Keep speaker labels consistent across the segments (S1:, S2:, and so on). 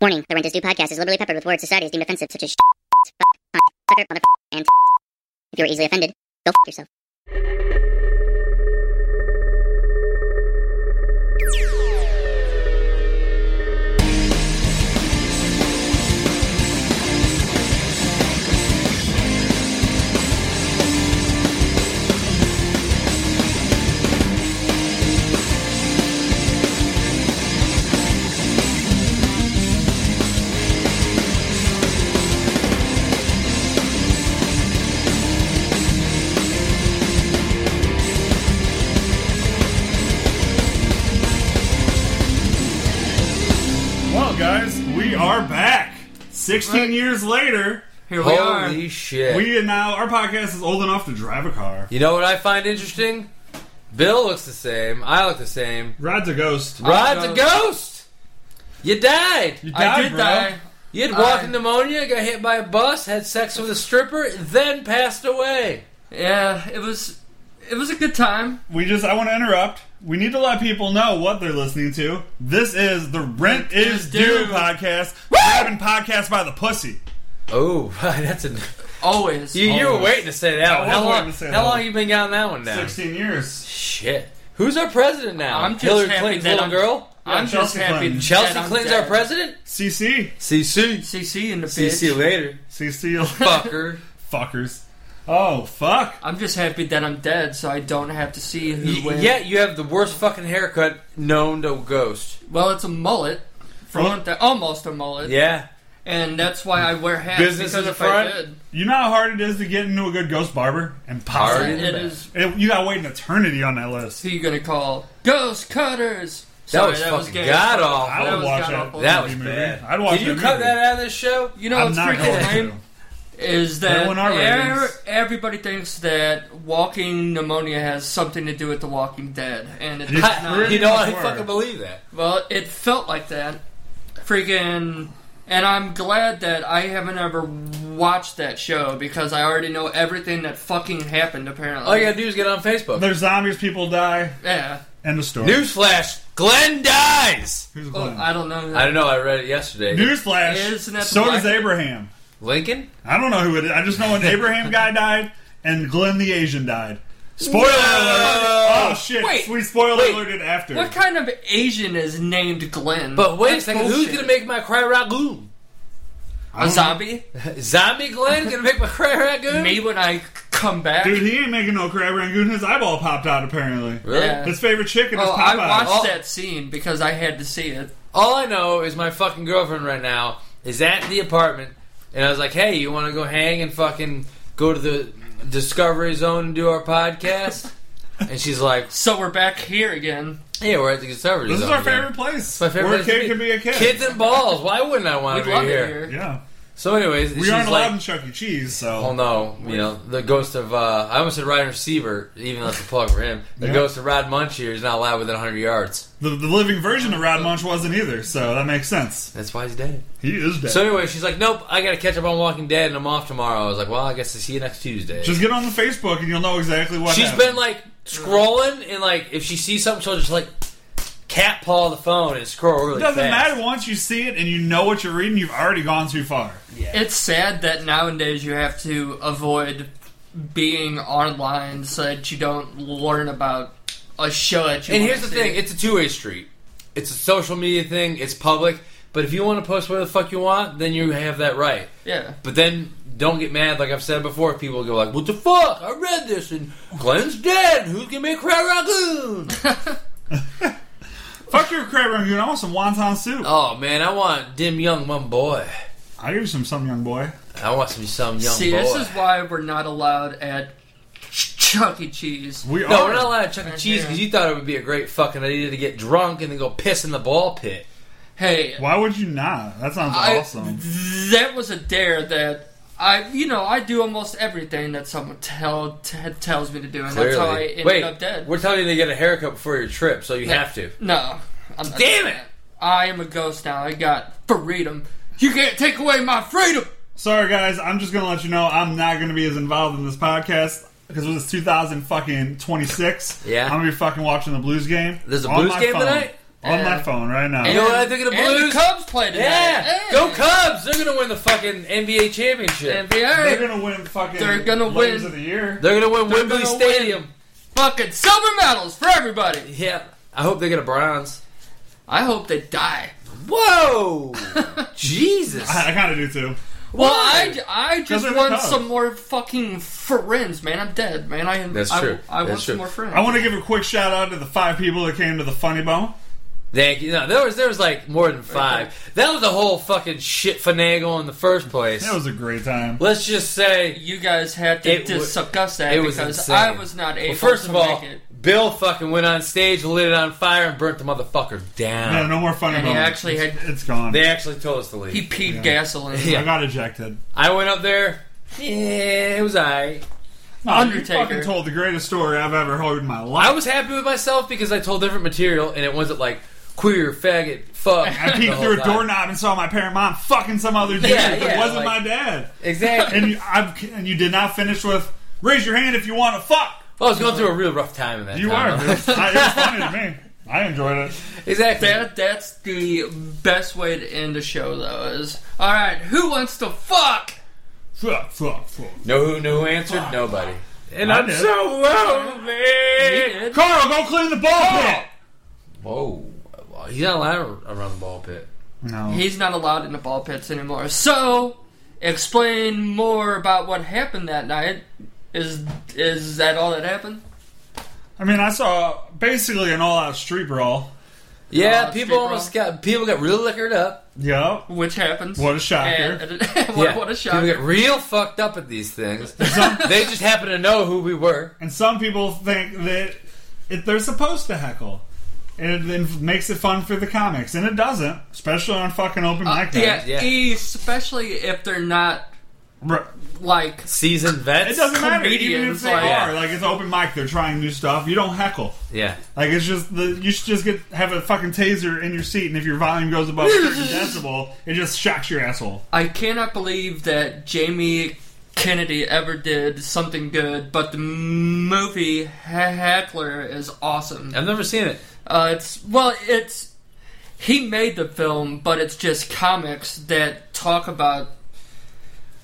S1: Warning: The Rent is Due podcast is liberally peppered with words society has deemed offensive, such as shit, fuck, cunt, sucker, mother, and if you are easily offended, go f- yourself.
S2: Well, guys, we are back. 16 years later,
S3: Here we
S4: Holy
S3: are.
S4: shit.
S2: we are now, our podcast is old enough to drive a car.
S4: you know what I find interesting? Bill looks the same. I look the same.
S2: Rod's a ghost.
S4: Rod's a ghost. You died.
S2: You
S3: I
S2: died,
S3: did
S2: bro.
S3: die.
S4: You had walking
S3: I-
S4: pneumonia, got hit by a bus, had sex with a stripper, then passed away.
S3: Yeah, it was it was a good time.
S2: We just, I want to interrupt. We need to let people know what they're listening to. This is the Rent is
S3: is
S2: Due
S3: Due.
S2: podcast, grabbing podcast by the pussy.
S4: Oh, that's a.
S3: Always.
S4: You, you were
S2: Always.
S4: waiting to say that
S2: I
S4: one.
S2: was
S4: How
S2: waiting
S4: long,
S2: to say
S4: how
S2: that
S4: long
S2: one.
S4: you been on that one now?
S2: 16 years.
S4: Shit. Who's our president now?
S3: I'm just
S4: Hillary
S3: happy
S4: Clinton's
S3: that
S4: little
S3: I'm-
S4: girl?
S3: I'm
S2: Yeah,
S3: just
S2: Chelsea
S3: happy.
S2: Clinton.
S3: that
S4: Chelsea
S3: I'm
S4: Clinton's
S3: dead.
S4: our president?
S2: CC.
S4: CC.
S3: CC in the
S4: CC
S3: bitch.
S4: later.
S2: CC.
S4: Fucker.
S2: Fuckers. Oh, fuck.
S3: I'm just happy that I'm dead, so I don't have to see who
S4: Y-
S3: wins.
S4: yeah, you have the worst fucking haircut known to a ghost.
S3: Well, it's a mullet. For
S2: Well-
S3: one thing, almost a mullet.
S4: Yeah.
S3: And that's why I wear hats.
S4: Business
S3: because
S4: in
S3: if
S4: the front?
S3: I did,
S2: You know how hard it is to get into a good ghost barber?
S4: Hard in
S2: Impossible.
S4: the
S3: it
S4: back.
S3: is
S2: It, you gotta wait an eternity on that list.
S3: who you gonna call ghost cutters.
S4: That
S3: Sorry,
S4: was fucking
S3: gay.
S4: god awful.
S2: I
S3: That
S2: would
S3: was
S2: watch
S3: god
S2: that.
S3: awful.
S4: That was
S2: Movie.
S4: bad.
S2: I'd watch
S4: Did you
S2: that
S4: cut
S2: movie.
S4: that out of this show?
S3: You know
S2: I'm
S3: what's
S2: not going
S3: freaking
S2: to.
S3: lame? is
S2: They're
S3: that
S2: on our
S3: er-
S2: ratings.
S3: everybody thinks that walking pneumonia has something to do with The Walking Dead, and it does
S2: It's
S3: not.
S2: really-
S4: you know, I
S2: Sure.
S4: fucking believe that.
S3: Well, it felt like that. Freaking. And I'm glad that I haven't ever watched that show because I already know everything that fucking happened, apparently.
S4: All you gotta do is get on Facebook.
S2: There's zombies, people die.
S3: Yeah.
S2: End of story.
S4: Newsflash: Glenn dies.
S2: Who's
S3: Well,
S2: Glenn?
S3: Oh, I don't know.
S4: Oh, I don't know. I read it yesterday.
S3: Isn't
S2: Newsflash.
S3: that
S2: So
S3: the
S2: does
S3: black-
S2: Abraham.
S4: Lincoln.
S2: I don't know who it is. I just know an Abraham guy died and Glenn the Asian died. Spoiler
S4: No.
S2: alert! Oh shit!
S3: Wait,
S2: we spoiler
S4: wait.
S2: alerted after.
S3: What kind of Asian is named Glenn?
S4: But wait
S3: That's
S4: a second. Who's
S3: bullshit.
S4: gonna make my cry ragoon?
S2: I
S3: A
S2: don't
S3: zombie?
S4: Zombie Glenn gonna make my cry ragoon?
S3: Me when I come back?
S2: know. Dude, he ain't making no crab rangoon. His eyeball popped out apparently.
S4: Really?
S3: Yeah.
S2: His favorite chicken is
S3: Oh, I
S2: Popeye.
S3: watched
S4: Oh.
S3: that scene because I had to see it.
S4: All I know is my fucking girlfriend right now is at the apartment, and I was like, "Hey, you want to go hang and fucking go to the Discovery Zone and do our podcast?" and she's like,
S3: So we're back here again.
S4: "Yeah, we're at the Discovery
S2: this is
S4: Zone."
S2: our
S4: again."
S2: favorite place.
S4: My favorite
S2: Where
S4: place
S2: a
S4: to
S2: kid can be a kid.
S4: Kids and balls. Why wouldn't I want
S3: We'd
S4: to be
S3: love
S4: here?
S3: it here.
S2: Yeah,
S4: So, anyways,
S2: we
S4: she's
S2: aren't allowed in
S4: like,
S2: Chuck E. Cheese,
S4: "Oh
S2: so
S4: no, you know the ghost of uh, I almost said Ryan Receiver, even though it's a plug for him. The
S2: Yeah.
S4: ghost of Rod Munchier is not allowed within 100 yards.
S2: the, the living version of Rod Munch wasn't either. So that makes sense.
S4: That's why he's dead."
S2: He is dead.
S4: So, anyway, she's like, "Nope, I got to catch up on Walking Dead, and I'm off tomorrow." I was like, "Well, I guess I see you next Tuesday."
S2: just get on the Facebook and you'll know exactly what.
S4: She's
S2: happened.
S4: been like scrolling, and like if she sees something, she'll just like cat paw the phone and scroll really
S2: It doesn't
S4: fast.
S2: matter once you see it and you know what you're reading. You've already gone too far.
S3: It's sad that nowadays you have to avoid being online so that you don't learn about a show that you.
S4: And
S3: wanna
S4: here's the
S3: see.
S4: thing: it's a two-way street. It's a social media thing. It's public. But if you want to post whatever the fuck you want, then you have that right.
S3: yeah,
S4: But then don't get mad, like I've said before. if People go like, "What the fuck? I read this, and Glenn's dead. Who's gonna make Crab Ragoon?"
S2: Fuck your crab rangoon. I want some wonton soup.
S4: oh man, I want dim young mum boy.
S2: I'll give you some, some young boy.
S4: I want some some young
S3: see,
S4: boy.
S3: this is why we're not allowed at Chuck E. Cheese.
S2: We
S4: No,
S2: are.
S4: we're not allowed to Chuck E.
S3: Right
S4: Cheese
S3: there.
S4: because you thought it would be a great fucking idea to get drunk and then go piss in the ball pit.
S3: Hey,
S2: Why would you not? That sounds
S3: I,
S2: awesome.
S3: that was a dare that I, you know, I do almost everything that someone tell t- tells me to do, and that's how I ended
S4: Wait,
S3: up dead.
S4: we're telling you to get a haircut before your trip, so you have to.
S3: No, I'm not
S4: Damn
S3: doing
S4: it!
S3: that. I am a ghost now. I got freedom. You can't take away my freedom.
S2: Sorry, guys. I'm just gonna let you know I'm not gonna be as involved in this podcast because it's 2000 fucking 26.
S4: Yeah.
S2: I'm gonna be fucking watching the Blues game.
S4: There's a
S2: on
S4: Blues
S2: my
S4: game
S2: phone.
S4: tonight?
S2: on my
S3: And-
S2: phone right now.
S4: You know what I think of the
S3: and
S4: Blues?
S3: Cubs play tonight.
S4: Yeah,
S3: Hey.
S4: go Cubs! They're gonna win the fucking NBA championship.
S3: And they
S2: They're
S3: are
S2: gonna win fucking.
S3: They're gonna
S2: Players
S3: win.
S2: of the year.
S4: They're gonna win
S3: They're
S4: Wembley
S3: gonna
S4: Stadium.
S3: fucking silver medals for everybody.
S4: Yeah, I hope they get a bronze.
S3: I hope they die.
S4: Whoa, Jesus!
S2: I, I kind of do too.
S3: Well,
S4: Why?
S3: I, I
S2: Because
S3: just
S2: they're the
S3: want
S2: Cubs.
S3: some more fucking friends, man. I'm dead, man. I
S4: That's
S3: I,
S4: true.
S3: I, want
S4: That's true.
S3: some more friends.
S2: I want to give a quick shout out to the five people that came to the Funny Bone.
S4: Thank you. No, there was there was like more than five. That was a whole fucking shit finagle in the first place.
S2: It was a great time.
S4: Let's just say
S3: you guys had to
S4: It wa-
S3: discuss that
S4: it was
S3: because
S4: insane.
S3: I was not able.
S4: Well, first
S3: to
S4: of all,
S3: make it.
S4: Bill fucking went on stage, lit it on fire, and burnt the motherfucker down.
S2: No, no more Funny
S3: And
S2: Bone.
S3: he actually had-
S2: It's gone.
S4: They actually told us to
S3: he
S4: leave.
S3: peed
S2: Yeah.
S3: gasoline.
S4: Yeah.
S2: I got ejected.
S4: I went up there. Yeah, it was alright.
S2: No,
S3: Undertaker.
S2: You fucking told the greatest story I've ever heard in my
S4: I
S2: life.
S4: was happy with myself because I told different material, and it wasn't like queer, faggot, fuck.
S2: I
S4: the
S2: peeked
S4: whole
S2: through a
S4: time.
S2: doorknob and saw my parent mom fucking some other dude.
S4: Yeah,
S2: that
S4: yeah,
S2: wasn't
S4: like-
S2: my dad.
S4: Exactly.
S2: And you, i and you did not finish with raise your hand if you want to fuck.
S4: Well, I was going through a real rough time in that.
S2: You are.
S4: time.
S2: dude. I, it was funny to me. I enjoyed it.
S4: exactly.
S3: That that's the best way to end a show, though. Is all right. Who wants to fuck?
S2: Fuck, fuck, fuck.
S4: No who, no who answered? Nobody. And
S2: I
S4: I'm
S2: did.
S4: so lonely.
S3: Did.
S2: Carl, go clean the ball pit.
S4: Whoa, he's not allowed around the ball pit.
S2: No.
S3: He's not allowed in the ball pits anymore. So, explain more about what happened that night. Is is that all that happened?
S2: I mean, I saw basically an all-out street brawl.
S4: Yeah,
S3: Uh,
S4: people
S3: street
S4: almost got people got real liquored up.
S2: Yep.
S3: Which happens.
S2: What a shocker.
S3: And- what,
S4: yeah,
S3: what a
S4: people
S3: shocker.
S4: get real fucked up at these things. they just happen to know who we were.
S2: And some people think that it, they're supposed to heckle. And it, it makes it fun for the comics. And it doesn't. Especially on fucking open mic
S3: Uh, Yeah,
S2: night.
S4: Yeah.
S3: especially if they're not
S2: Right.
S3: like
S4: Seasoned vets.
S2: It doesn't matter. Even if
S3: Comedians,
S2: they
S3: like-
S2: are. Like, it's open mic. They're trying new stuff. You don't heckle.
S4: Yeah.
S2: Like it's just the you should just get have a fucking taser in your seat, and if your volume goes above a certain decibel, it just shocks your asshole.
S3: I cannot believe that Jamie Kennedy ever did something good, but the movie Heckler is awesome.
S4: I've never seen it.
S3: Uh, it's well, it's he made the film, but it's just comics that talk about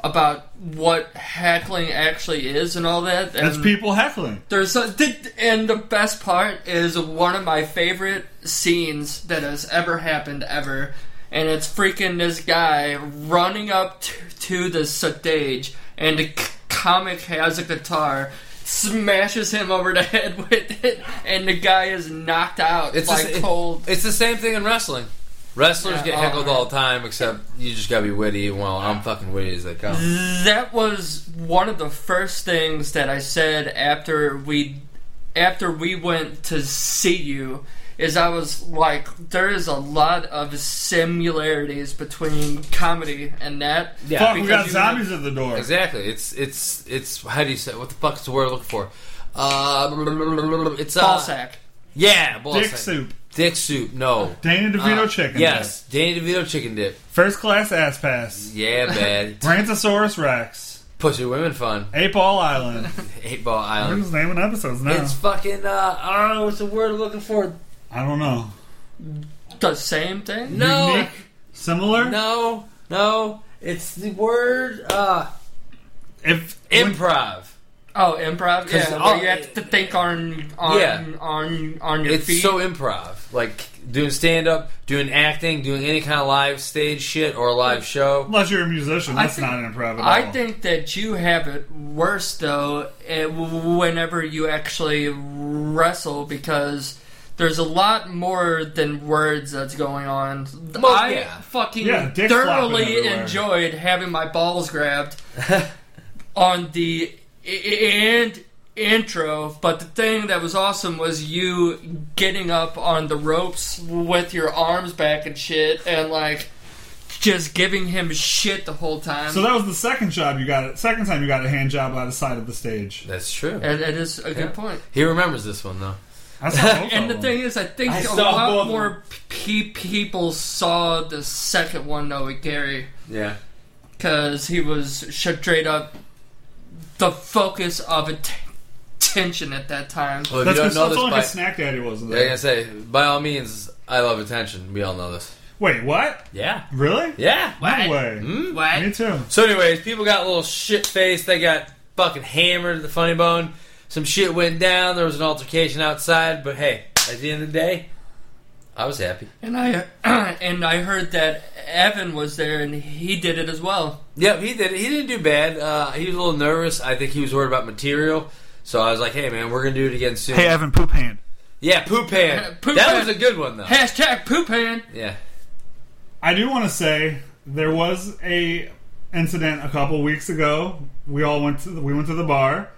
S3: about what heckling actually is and all that. And
S2: That's people heckling.
S3: There's a, did- and the best part is one of my favorite scenes that has ever happened ever, and it's freaking this guy running up t- to the stage, and the c- comic has a guitar, smashes him over the head with it, and the guy is knocked out
S4: It's
S3: like
S4: the, sa-
S3: cold.
S4: It's the same thing in wrestling. Wrestlers
S3: Yeah,
S4: get
S3: oh,
S4: heckled
S3: yeah.
S4: all the time, except you just gotta be witty. Well, I'm fucking witty as they come.
S3: that was one of the first things that I said after we after we went to see you is I was like there is a lot of similarities between comedy and that.
S4: Yeah.
S2: Fuck, we
S3: because
S2: got
S3: you-
S2: zombies at the door.
S4: Exactly. It's it's it's how do you say what the fuck is the word I'm looking for? Uh, it's uh,
S3: Ball sack.
S4: Yeah, ball
S2: Dick
S4: sack.
S2: soup.
S4: Dick soup. No.
S2: Dana DeVito
S4: Uh,
S2: chicken.
S4: Yes, Danny DeVito chicken dip.
S2: dip. First class ass pass.
S4: Yeah, man.
S2: Brantosaurus Rex.
S4: Pussy women fun.
S2: Ape Ball Island.
S4: Eight ball
S2: We're
S4: island.
S2: just naming episodes now.
S4: It's fucking. Uh, I don't know what's the word I'm looking for.
S2: I don't know.
S3: The same thing?
S4: No,
S2: Unique. Similar.
S4: no, no. It's the word uh,
S2: If when-
S4: improv.
S3: Oh, improv.
S4: 'Cause
S3: Yeah,
S4: all-
S3: where you have to think on on
S4: Yeah.
S3: on on your
S4: It's
S3: feet.
S4: so improv. Like doing stand up, doing acting, doing any kind of live stage shit or a live show.
S2: unless you're a musician,
S3: I
S2: that's
S3: think-
S2: not an improv at all.
S3: I think that you have it worse though eh, whenever you actually wrestle because there's a lot more than words that's going on.
S4: Well,
S3: I
S4: yeah.
S3: fucking
S2: Yeah, dick flopping
S3: thoroughly
S2: everywhere.
S3: enjoyed having my balls grabbed on the i- and intro, but the thing that was awesome was you getting up on the ropes with your arms back and shit and like just giving him shit the whole time.
S2: so. That was the second job you got. Second time you got a hand job out of side of the stage.
S4: That's true.
S3: That, that is a good point.
S4: He remembers this one though.
S2: I saw both
S3: And
S2: of
S3: the
S2: them.
S3: thing is, I think
S4: I
S3: a
S4: saw both of
S3: lot
S4: them.
S3: more pe- people saw the second one though with Gary
S4: Yeah.
S3: because he was straight up the focus of atten- attention at that time.
S4: Well,
S2: That's
S4: if you don't
S2: because
S4: know
S2: that's
S4: this,
S2: all
S4: by,
S2: his snack daddy was.
S4: yeah, I gotta say, by all means, I love attention. We all know this.
S2: Wait, what?
S4: Yeah.
S2: Really?
S4: Yeah.
S2: No
S3: What?
S2: way.
S3: What?
S2: Me too.
S4: So, anyways, people got a little shit faced. They got fucking hammered at the funny bone. Some shit went down. There was an altercation outside, but hey, at the end of the day, I was happy.
S3: And I and I heard that Evan was there and he did it as well.
S4: Yep, he did. He didn't do bad. Uh, he was a little nervous. I think he was worried about material. So I was like, "Hey, man, we're gonna do it again soon."
S2: Hey, uh, Evan Poop Hand.
S4: yeah, poop pan.
S3: Poop
S4: that
S3: pan.
S4: was a good one though.
S3: Hashtag poop hand.
S4: Yeah.
S2: I do want to say there was a incident a couple weeks ago. We all went to the, we went to the bar.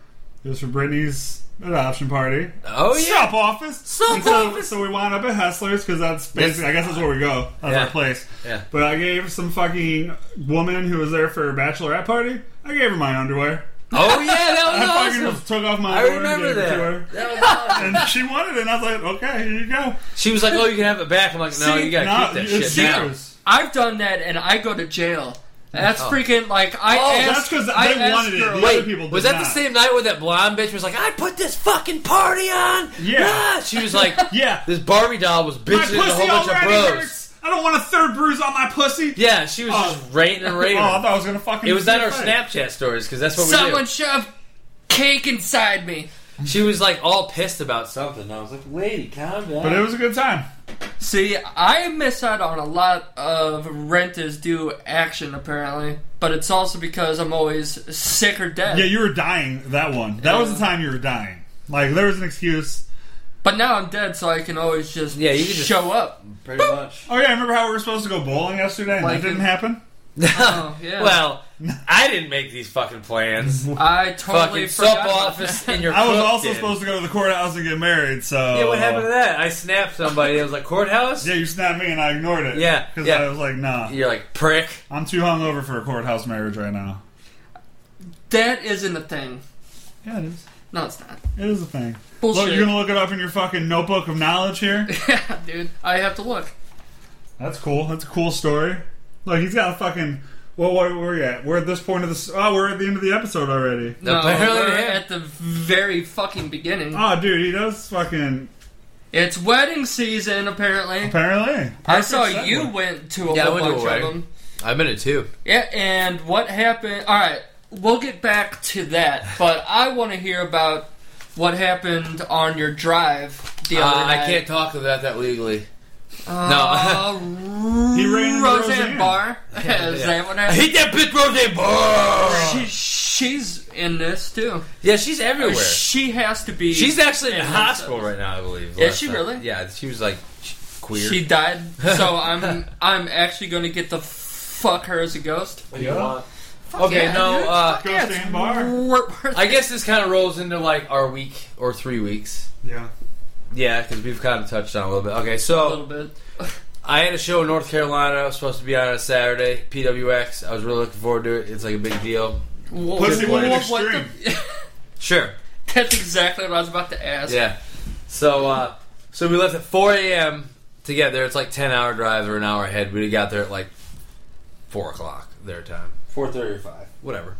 S2: It was for Brittany's adoption party.
S4: Oh yeah.
S2: Shop office.
S4: Sup
S2: And so,
S4: office.
S2: So we wound up at Hessler's because that's basically, I guess that's where we go. That's
S4: Yeah.
S2: our place.
S4: Yeah.
S2: But I gave some fucking woman who was there for her bachelorette party. I gave her my underwear.
S4: Oh yeah, that
S2: I
S4: was
S2: fucking
S4: awesome.
S2: just took off my
S4: I
S2: underwear
S4: remember
S2: and gave it to her.
S4: that. that was awesome.
S2: And she wanted it, and I was like, okay, here you go.
S4: She was like, "Oh, you can have it back." I'm like, "No,
S2: See,
S4: you gotta
S2: nah,
S4: keep that
S2: it's
S4: shit now."
S2: yours.
S3: I've done that and I go to jail. That's
S4: Oh.
S3: freaking like I
S4: Oh,
S3: asked.
S2: that's 'cause they
S3: I asked
S2: wanted it.
S3: girls-
S2: Other
S4: Wait,
S2: people
S4: was
S2: did
S4: that the
S2: not.
S4: same night where that blonde bitch was like, "I put this fucking party on"?
S2: Yeah.
S4: Nah. She was like,
S2: Yeah.
S4: This Barbie doll was
S2: My
S4: bitching at a whole
S2: pussy
S4: bunch of
S2: already
S4: bros.
S2: hurts. I don't want a third bruise on my pussy.
S4: Yeah, she was
S2: Oh.
S4: just rating and
S2: Oh, I
S4: raving.
S2: thought I was gonna fucking.
S4: It was
S2: see
S4: not
S2: your
S4: our
S2: face.
S4: Snapchat stories because that's what
S3: Someone
S4: we
S3: shoved cake inside me.
S4: do. She was like all pissed about something. and I was like, "Lady, calm down."
S2: But it was a good time.
S3: See, I miss out on a lot of rent is due action apparently, but it's also because I'm always sick or dead.
S2: Yeah, you were dying that one. That was the time you were dying. Like there was an excuse.
S3: but now I'm dead, so I can always just
S4: Yeah, you can just-
S3: show up.
S4: pretty much.
S2: Oh yeah, I remember how we were supposed to go bowling yesterday, and
S3: Like
S2: that didn't
S3: it-
S2: happen.
S3: Oh, yeah.
S4: Well, I didn't make these fucking plans.
S3: I totally
S4: fucking sub
S3: forgot. about
S4: office
S3: that.
S4: in your.
S2: I was
S4: cook
S2: also
S4: did.
S2: supposed to go to the courthouse and get married. So
S4: Yeah, what happened to that? I snapped somebody. I was like, "Courthouse."
S2: Yeah, you snapped me, and I ignored it.
S4: Yeah,
S2: because
S4: yeah.
S2: I was like, nah,
S4: You're like prick.
S2: I'm too hungover for a courthouse marriage right now.
S3: That isn't a thing.
S2: Yeah, it is.
S3: No, it's not.
S2: It is a thing.
S3: Bullshit.
S2: Look, you're gonna look it up in your fucking notebook of knowledge here.
S3: yeah, dude. I have to look.
S2: That's cool. That's a cool story. Look, he's got a fucking. Well, where where we at? We're at this point of the. s- Oh, we're at the end of the episode already.
S3: No,
S4: Apparently
S3: we're
S4: they have.
S3: at the very fucking beginning.
S2: Oh, dude, he does fucking.
S3: It's wedding season, apparently.
S2: Apparently,
S3: I saw
S2: segue.
S3: you went to a
S4: Yeah, I
S3: whole
S4: went to a
S3: bunch of
S4: wedding.
S3: them.
S4: I'm in it too.
S3: Yeah, and what happened? All right, we'll get back to that, but I want to hear about what happened on your drive the
S4: Uh,
S3: other
S4: I
S3: night.
S4: can't talk about that legally.
S3: Uh,
S2: He ran into
S3: Roseanne,
S2: Roseanne.
S3: Barr. Is
S4: Yeah.
S3: that what
S4: I
S3: happened?
S4: hate that bitch, Roseanne Barr.
S3: She, she's in this too.
S4: Yeah, she's everywhere.
S3: She has to be.
S4: She's actually Oh, in the
S3: Yeah,
S4: hospital right now, I believe.
S3: Is
S4: last
S3: she
S4: time.
S3: really?
S4: Yeah, she was like sh- queer.
S3: She died, so I'm I'm actually going to get the fuck her as a ghost.
S4: What do you
S2: Yeah.
S4: want? Okay,
S3: yeah,
S4: no.
S3: dude.
S4: Uh,
S2: Ghost
S3: it's
S2: and bar.
S3: wor- worth
S4: I
S3: it.
S4: guess this kind of rolls into like our week or three weeks.
S2: Yeah.
S4: Yeah, because we've kind of touched on it a little bit. Okay,
S3: a
S4: so
S3: little bit.
S4: I had a show in North Carolina. I was supposed to be on on a Saturday. PWX. I was really looking forward to it. It's like a big deal.
S3: Wha-
S2: Pussy
S3: wha-
S2: Woman
S3: wha- what the-
S4: Sure.
S3: That's exactly what I was about to ask.
S4: Yeah. So uh, so we left at 4 a.m. to get there. It's like 10 hour drive or an hour ahead. We got there at like 4 o'clock their time. 4.30 or 5. Whatever.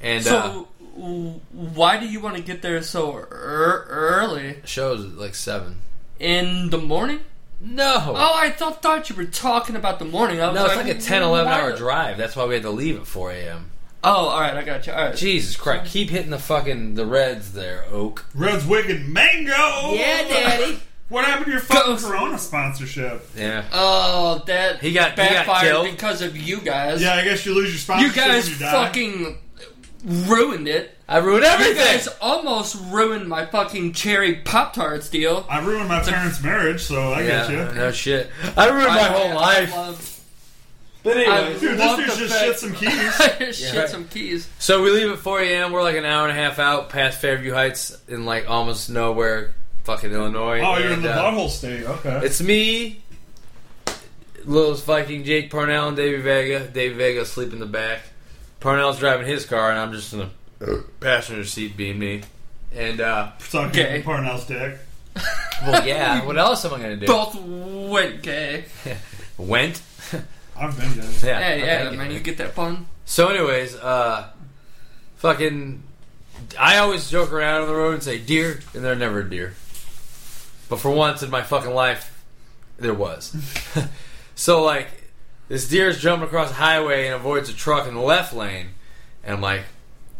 S4: And uh,
S3: So, w- why do you want to get there so er- early
S4: show's at like 7.
S3: in the morning?
S4: No.
S3: Oh, I thought thought you were talking about the morning. I was
S4: no, it's like a 10, 11
S3: why
S4: hour
S3: the-
S4: drive. That's why we had to leave at 4 a.m.
S3: Oh, all right, I got you. All right.
S4: Jesus Christ. Keep hitting the fucking the reds there, Oak.
S2: Red's Wicked Mango.
S3: Daddy.
S2: What happened to your fucking
S3: Ghost.
S2: Corona sponsorship?
S4: Yeah.
S3: Oh, that
S4: He got- he got
S3: backfired
S4: killed.
S3: because of you guys.
S2: Yeah, I guess you lose your
S3: you
S2: sponsorship.
S3: guys
S2: when you die.
S3: fucking ruined it.
S4: I ruined
S3: You
S4: everything.
S3: guys almost ruined my fucking cherry pop tarts deal.
S2: I ruined my parents' marriage, so I
S4: yeah,
S2: get you.
S4: no shit. I ruined my whole life.
S3: love-
S4: But
S3: anyways.
S2: Dude, this
S3: Love
S2: dude
S3: the
S2: just
S3: fact-
S2: shit some keys.
S3: Shit,
S4: right.
S3: some keys.
S4: So we leave at 4 a.m. We're like an hour and a half out past Fairview Heights in like almost nowhere, fucking Illinois.
S2: Oh, you're in
S4: And,
S2: the
S4: uh,
S2: butthole state. Okay.
S4: It's me, Lil Viking, Jake Parnell, and Davey Vega. Davey Vega asleep in the back. Parnell's driving his car, and I'm just in the passenger seat being me. And, uh,
S2: Sucking
S3: gay.
S2: Parnell's dick.
S4: well, yeah, what else am I going to do?
S3: Both went gay.
S4: Went?
S2: I've been gay.
S4: Yeah.
S3: Hey,
S4: okay,
S3: yeah,
S4: I get
S3: man,
S4: it.
S3: you get that pun?
S4: So, anyways, uh, fucking I always joke around on the road and say deer, and they're never a deer. But for once in my fucking life, there was. so like, this deer is jumping across the highway and avoids a truck in the left lane, and I'm like,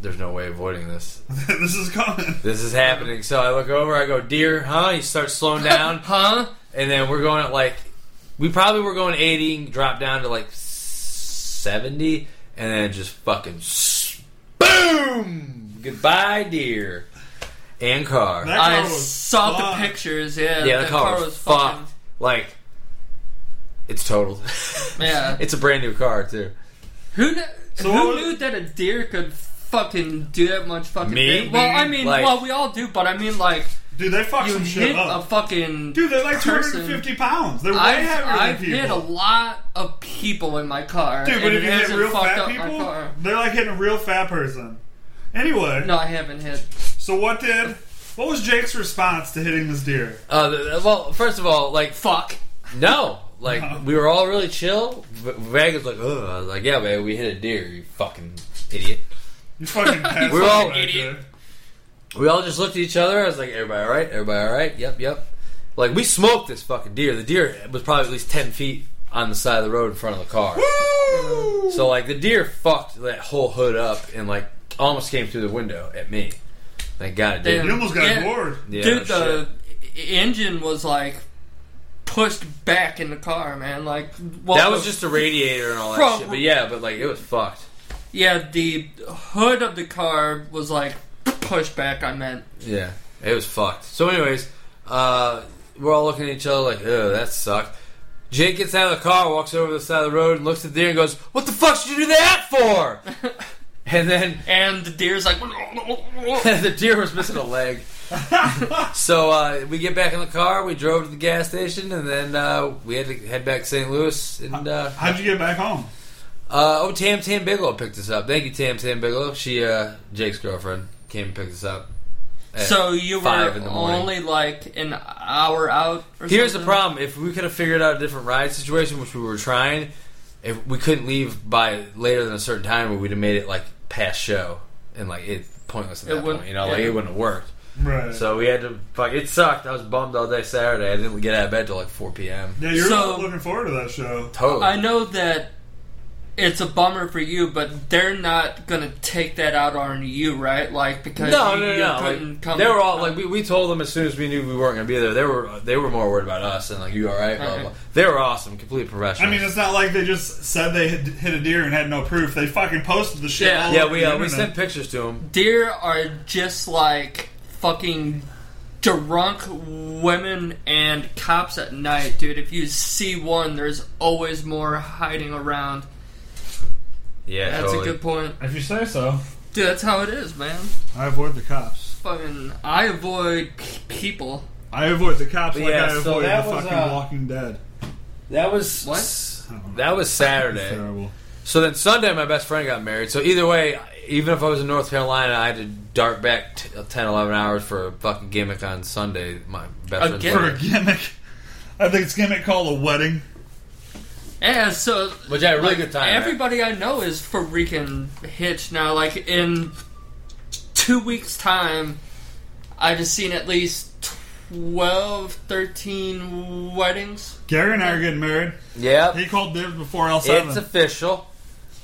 S4: "There's no way of avoiding this.
S2: this is coming.
S4: This is happening." So I look over, I go, "Deer, huh?" He starts slowing down,
S3: Huh?
S4: and then we're going at like, we probably were going 80, drop down to like 70, and then just fucking s- boom! Goodbye, deer and car.
S2: That
S3: I
S2: car was
S3: saw
S2: fucked.
S3: the pictures. Yeah,
S4: yeah, the
S3: that
S4: car, was, fucked.
S3: fucking-
S4: Like, it's totaled.
S3: Yeah.
S4: it's a brand new car too.
S3: Who kn-
S2: So
S3: who
S2: what was-
S3: knew that a deer could fucking do that much fucking?
S4: Me?
S3: damage? Well, I mean,
S4: Like-
S3: well, we all do, but I mean, like
S2: Dude, they fucked
S3: you
S2: some
S3: hit
S2: shit
S3: a
S2: up.
S3: fucking
S2: Dude, they're like
S3: person.
S2: 250 pounds. They're way
S3: I've,
S2: heavier than
S3: I've
S2: people.
S3: hit a lot of people in my car.
S2: Dude, but
S3: and
S2: if
S3: it
S2: you hit
S3: hasn't
S2: real
S3: fucked
S2: fat
S3: up my
S2: people,
S3: car.
S2: they're like hitting a real fat person. Anyway,
S3: no, I haven't hit.
S2: so what did? What was Jake's response to hitting this deer?
S4: Uh, th- th- well, first of all, like,
S3: Fuck. Uh-huh.
S4: no. Like,
S2: No.
S4: we were all really chill. V- Vegas was like, ugh. I was like, yeah, man, we hit a deer, you fucking idiot.
S2: You fucking pass
S4: We're all
S2: out right
S3: idiot.
S2: there.
S4: We all just looked at each other. I was like, everybody all right? Everybody all right? Yep, yep. Like, we smoked this fucking deer. The deer was probably at least 10 feet on the side of the road in front of the car.
S2: Woo!
S4: So like the deer fucked that whole hood up and like almost came through the window at me. Thank God it
S2: You
S4: didn't.
S2: almost got
S3: Yeah.
S2: gored.
S4: Yeah,
S3: Dude, the e-, engine was like pushed back in the car, man. Like well,
S4: that was
S3: the-
S4: just a radiator and all that
S3: From-
S4: shit. But yeah, but like it was fucked.
S3: yeah. The hood of the car was like pushed back. I meant
S4: Yeah, it was fucked. So anyways, uh, we're all looking at each other like, oh, that sucked. Jake gets out of the car, walks over to the side of the road, and looks at the deer and goes, "What the fuck did you do that for?" and then
S3: and the deer's like
S4: the deer was missing a leg. so uh, we get back in the car, we drove to the gas station, and then uh, we had to head back to St. Louis. And uh,
S2: How'd you get back home?
S4: uh, oh, Tam Tam Bigelow picked us up. Thank you, Tam Tam Bigelow. She, uh, Jake's girlfriend, came and picked us up. at
S3: so you were
S4: five in the morning.
S3: only like an hour out. Or
S4: Here's the
S3: something?
S4: problem: if we could have figured out a different ride situation, which we were trying, if we couldn't leave by later than a certain time, we would have made it like past show and like it's pointless at
S3: It
S4: that
S3: wouldn't-
S4: point. You know, like
S3: yeah.
S4: it wouldn't have worked.
S2: Right.
S4: So we had to fuck. It sucked. I was bummed all day Saturday. I didn't get out of bed till like 4 p.m.
S2: yeah, you're
S3: so-
S2: looking forward to that show.
S4: Totally.
S3: I know that it's a bummer for you, but they're not gonna take that out on you, right? Like because
S4: no,
S3: you,
S4: no,
S3: you
S4: no.
S3: couldn't
S4: Like,
S3: come.
S4: they were all like we, we told them as soon as we knew we weren't gonna be there. They were they were more worried about us and like you all right. Blah, blah.
S3: Okay.
S4: They were awesome, complete professionals.
S2: I mean, it's not like they just said they had hit a deer and had no proof. They fucking posted the shit.
S3: Yeah.
S2: all
S4: yeah,
S2: over
S4: we
S2: the
S4: uh, we
S2: internet.
S4: sent pictures to them.
S3: deer are just like fucking drunk women and cops at night, dude. If you see one, there's always more hiding around.
S4: Yeah,
S3: That's
S4: totally.
S3: a good point,
S2: If you say so.
S3: dude. That's how it is, man.
S2: I avoid the cops.
S3: Fucking, I avoid p- people.
S2: I avoid the cops
S4: But
S2: like
S4: yeah,
S2: I
S4: so
S2: avoid
S4: that
S2: the
S4: was,
S2: fucking
S4: uh,
S2: Walking Dead.
S4: That was
S2: What?
S4: what? That was Saturday.
S2: Terrible.
S4: So then Sunday, my best friend got married. So either way, even if I was in North Carolina, I had to dart back t- 10, 11 hours for a fucking gimmick on Sunday. My best friend's
S3: Again?
S2: For
S4: wedding.
S2: a gimmick. I think it's gimmick called a wedding.
S3: Yeah, so
S4: Which I had a really
S3: like,
S4: good time. at.
S3: Everybody I know is freaking hitched now. Like in two weeks' time, I just seen at least 12, 13 weddings.
S2: Gary and I are getting married.
S4: Yep.
S2: He called dibs before L7.
S4: It's official.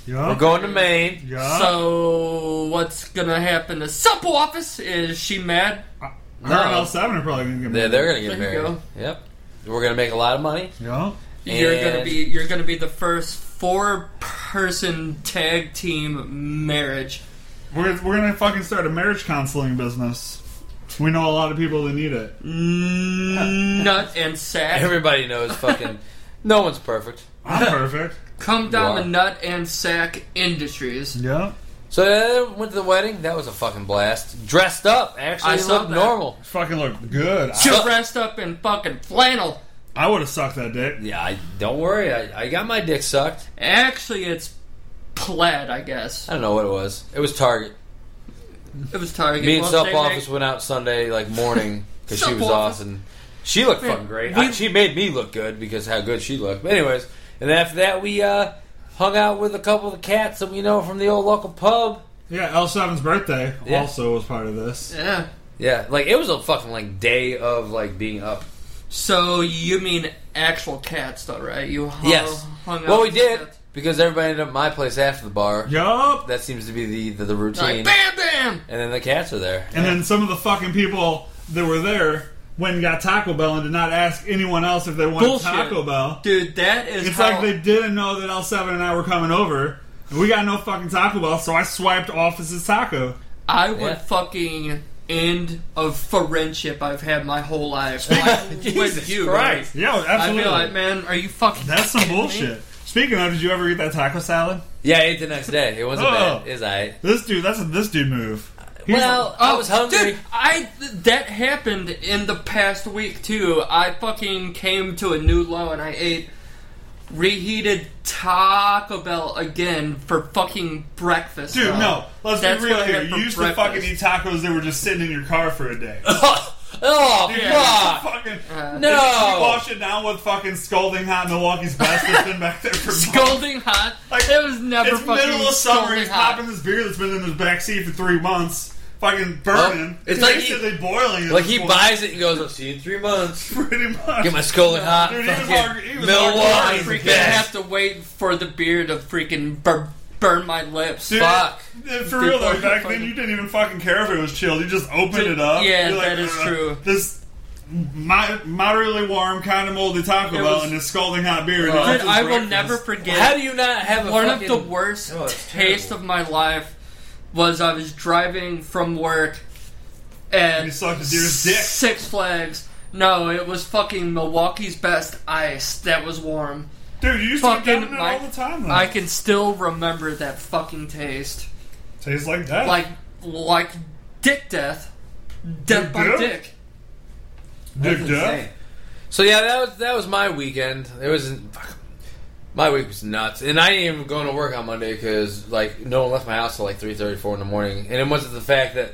S2: yeah.
S4: We're going to Maine.
S2: yeah.
S3: So what's gonna happen to Supple Office? Is she mad?
S2: Her and L7 are probably going to get
S4: um, They're,
S2: married.
S4: they're going to get
S3: There you
S4: married. Yep. We're going to make a lot of money.
S2: Yeah.
S3: You're gonna
S4: And-
S3: be you're gonna be the first four person tag team marriage.
S2: We're, we're going to fucking start a marriage counseling business. We know a lot of people that need it.
S3: Nut and sack.
S4: Everybody knows fucking. no one's perfect.
S2: I'm perfect.
S3: Come down
S4: Wow.
S3: the nut and sack industries.
S2: Yeah.
S4: So uh, went to the wedding. That was a fucking blast. Dressed up, actually,
S3: I
S4: I
S3: saw
S4: looked
S3: that.
S4: normal.
S2: Fucking look good. I,
S3: You're dressed up in fucking flannel.
S2: I would have sucked that dick.
S4: Yeah, I, don't worry. I, I got my dick sucked.
S3: Actually, it's plaid, I guess.
S4: I don't know what it was. It was Target.
S3: It was Target.
S4: Me and
S3: Well,
S4: self
S3: they
S4: office
S3: make-
S4: went out Sunday like morning because she
S3: Self
S4: was
S3: office.
S4: off and she looked
S3: Man,
S4: fucking great.
S3: we-
S4: I- she made me look good because how good she looked. But anyways, and then after that we uh, hung out with a couple of the cats that we know from the old local pub.
S2: Yeah, L7's birthday
S4: Yeah.
S2: also was part of this.
S3: Yeah.
S4: Yeah, like it was a fucking like day of like being up.
S3: So you mean actual cats, though, right? You hung,
S4: yes.
S3: hung out
S4: well, we
S3: with
S4: did
S3: cats.
S4: because everybody ended up at my place after the bar.
S2: Yup.
S4: That seems to be the the, the routine.
S3: Like bam, bam.
S4: and then the cats are there.
S2: And then some of the fucking people that were there went and got Taco Bell and did not ask anyone else if they wanted
S3: Bullshit.
S2: Taco Bell.
S3: Dude, that is
S2: It's
S3: how,
S2: like they didn't know that L7 and I were coming over. And we got no fucking Taco Bell, so I swiped Office's Taco.
S3: I would
S4: Yeah.
S3: fucking end of friendship I've had my whole life like, with
S4: Jesus
S3: you,
S4: Christ.
S3: right?
S2: Yeah,
S3: I
S2: absolutely.
S3: feel like, man, are you fucking?
S2: That's some
S3: kidding me?
S2: bullshit. Speaking of, did you ever eat that taco salad?
S4: Yeah, I ate the next day. It wasn't
S2: Oh.
S4: bad. It was alright.
S2: This dude, that's a this dude move. He's-
S4: Well, I was hungry.
S3: Oh, Dude, I that happened in the past week too. I fucking came to a new low and I ate reheated Taco Bell again for fucking breakfast.
S2: Dude,
S3: bro.
S2: no. Let's
S3: That's
S2: be real
S3: what I
S2: here. You
S3: had for
S2: used to
S3: breakfast.
S2: fucking eat tacos that were just sitting in your car for a day.
S4: oh, oh,
S2: Dude,
S4: fuck.
S2: fucking,
S4: No.
S2: You wash it down with fucking scalding hot Milwaukee's best that's been back there for months.
S3: Scalding hot.
S2: Like,
S3: it was never
S2: It's
S3: fucking
S2: middle of summer.
S3: scalding
S2: He's
S3: hot.
S2: popping this beer that's been in his backseat for three months, fucking burning.
S4: Oh, it's like he-
S2: basically boiling. at
S4: Like
S2: this
S4: he
S2: point.
S4: buys it and goes, "I'll see you in three months."
S2: pretty much.
S4: Get my skull hot.
S2: Dude, he was hard- he
S4: fucking
S2: was
S3: I
S2: hard
S4: Milwaukee's
S3: freaking
S4: best.
S3: have to wait for the beer to freaking bur- burn my lips.
S2: Dude, uh,
S4: Fuck.
S2: For real though,
S3: Before
S2: back
S3: you
S2: then
S3: fucking-
S2: you didn't even fucking care if it was chilled. You just opened
S3: Dude,
S2: it up.
S3: yeah,
S2: You're
S3: that is
S2: "Uh,
S3: true."
S2: This mi- moderately warm, kind of moldy Taco
S3: It
S2: Bell
S3: was-
S2: and this scalding hot beer.
S4: Dude,
S3: Dude, I will never forget.
S4: How do you not have a
S3: One
S4: fucking,
S3: of the worst
S4: Oh, it's
S3: taste
S4: terrible.
S3: of my life was I was driving from work
S2: You
S3: and
S2: sucked the deer's dick.
S3: Six Flags. No, it was fucking Milwaukee's best ice that was warm.
S2: Dude, you used to be
S3: Fucking,
S2: down it
S3: my-
S2: all the time. Though.
S3: I can still remember that fucking taste,
S2: Tastes like that.
S3: like like dick death, death by
S2: Dick?
S3: dick.
S2: Dick
S4: That's
S2: Duff.
S4: insane. So yeah, that was that was my weekend. It was fuck, my week was nuts, and I didn't even go to work on Monday because like no one left my house till like three thirty four in the morning, and it wasn't the fact that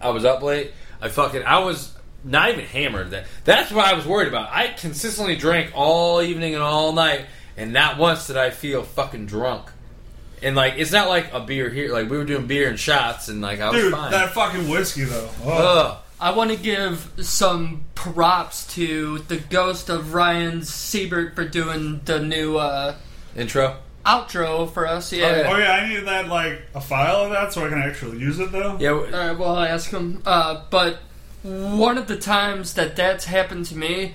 S4: I was up late. I fucking I was not even hammered. That that's what I was worried about. I consistently drank all evening and all night, and not once did I feel fucking drunk. And like it's not like a beer here. Like we were doing beer and shots, and like I was
S2: Dude,
S4: fine.
S2: that fucking whiskey though. Oh.
S4: Ugh.
S3: I want to give some props to the ghost of Ryan Siebert for doing the new uh,
S4: Intro.
S3: outro for us. Yeah.
S4: yeah.
S2: Oh yeah, I needed that like a file of that so I can actually use it though.
S4: Oh, Yeah. w-
S3: All right, well, I ask him. Uh, but one of the times that that's happened to me,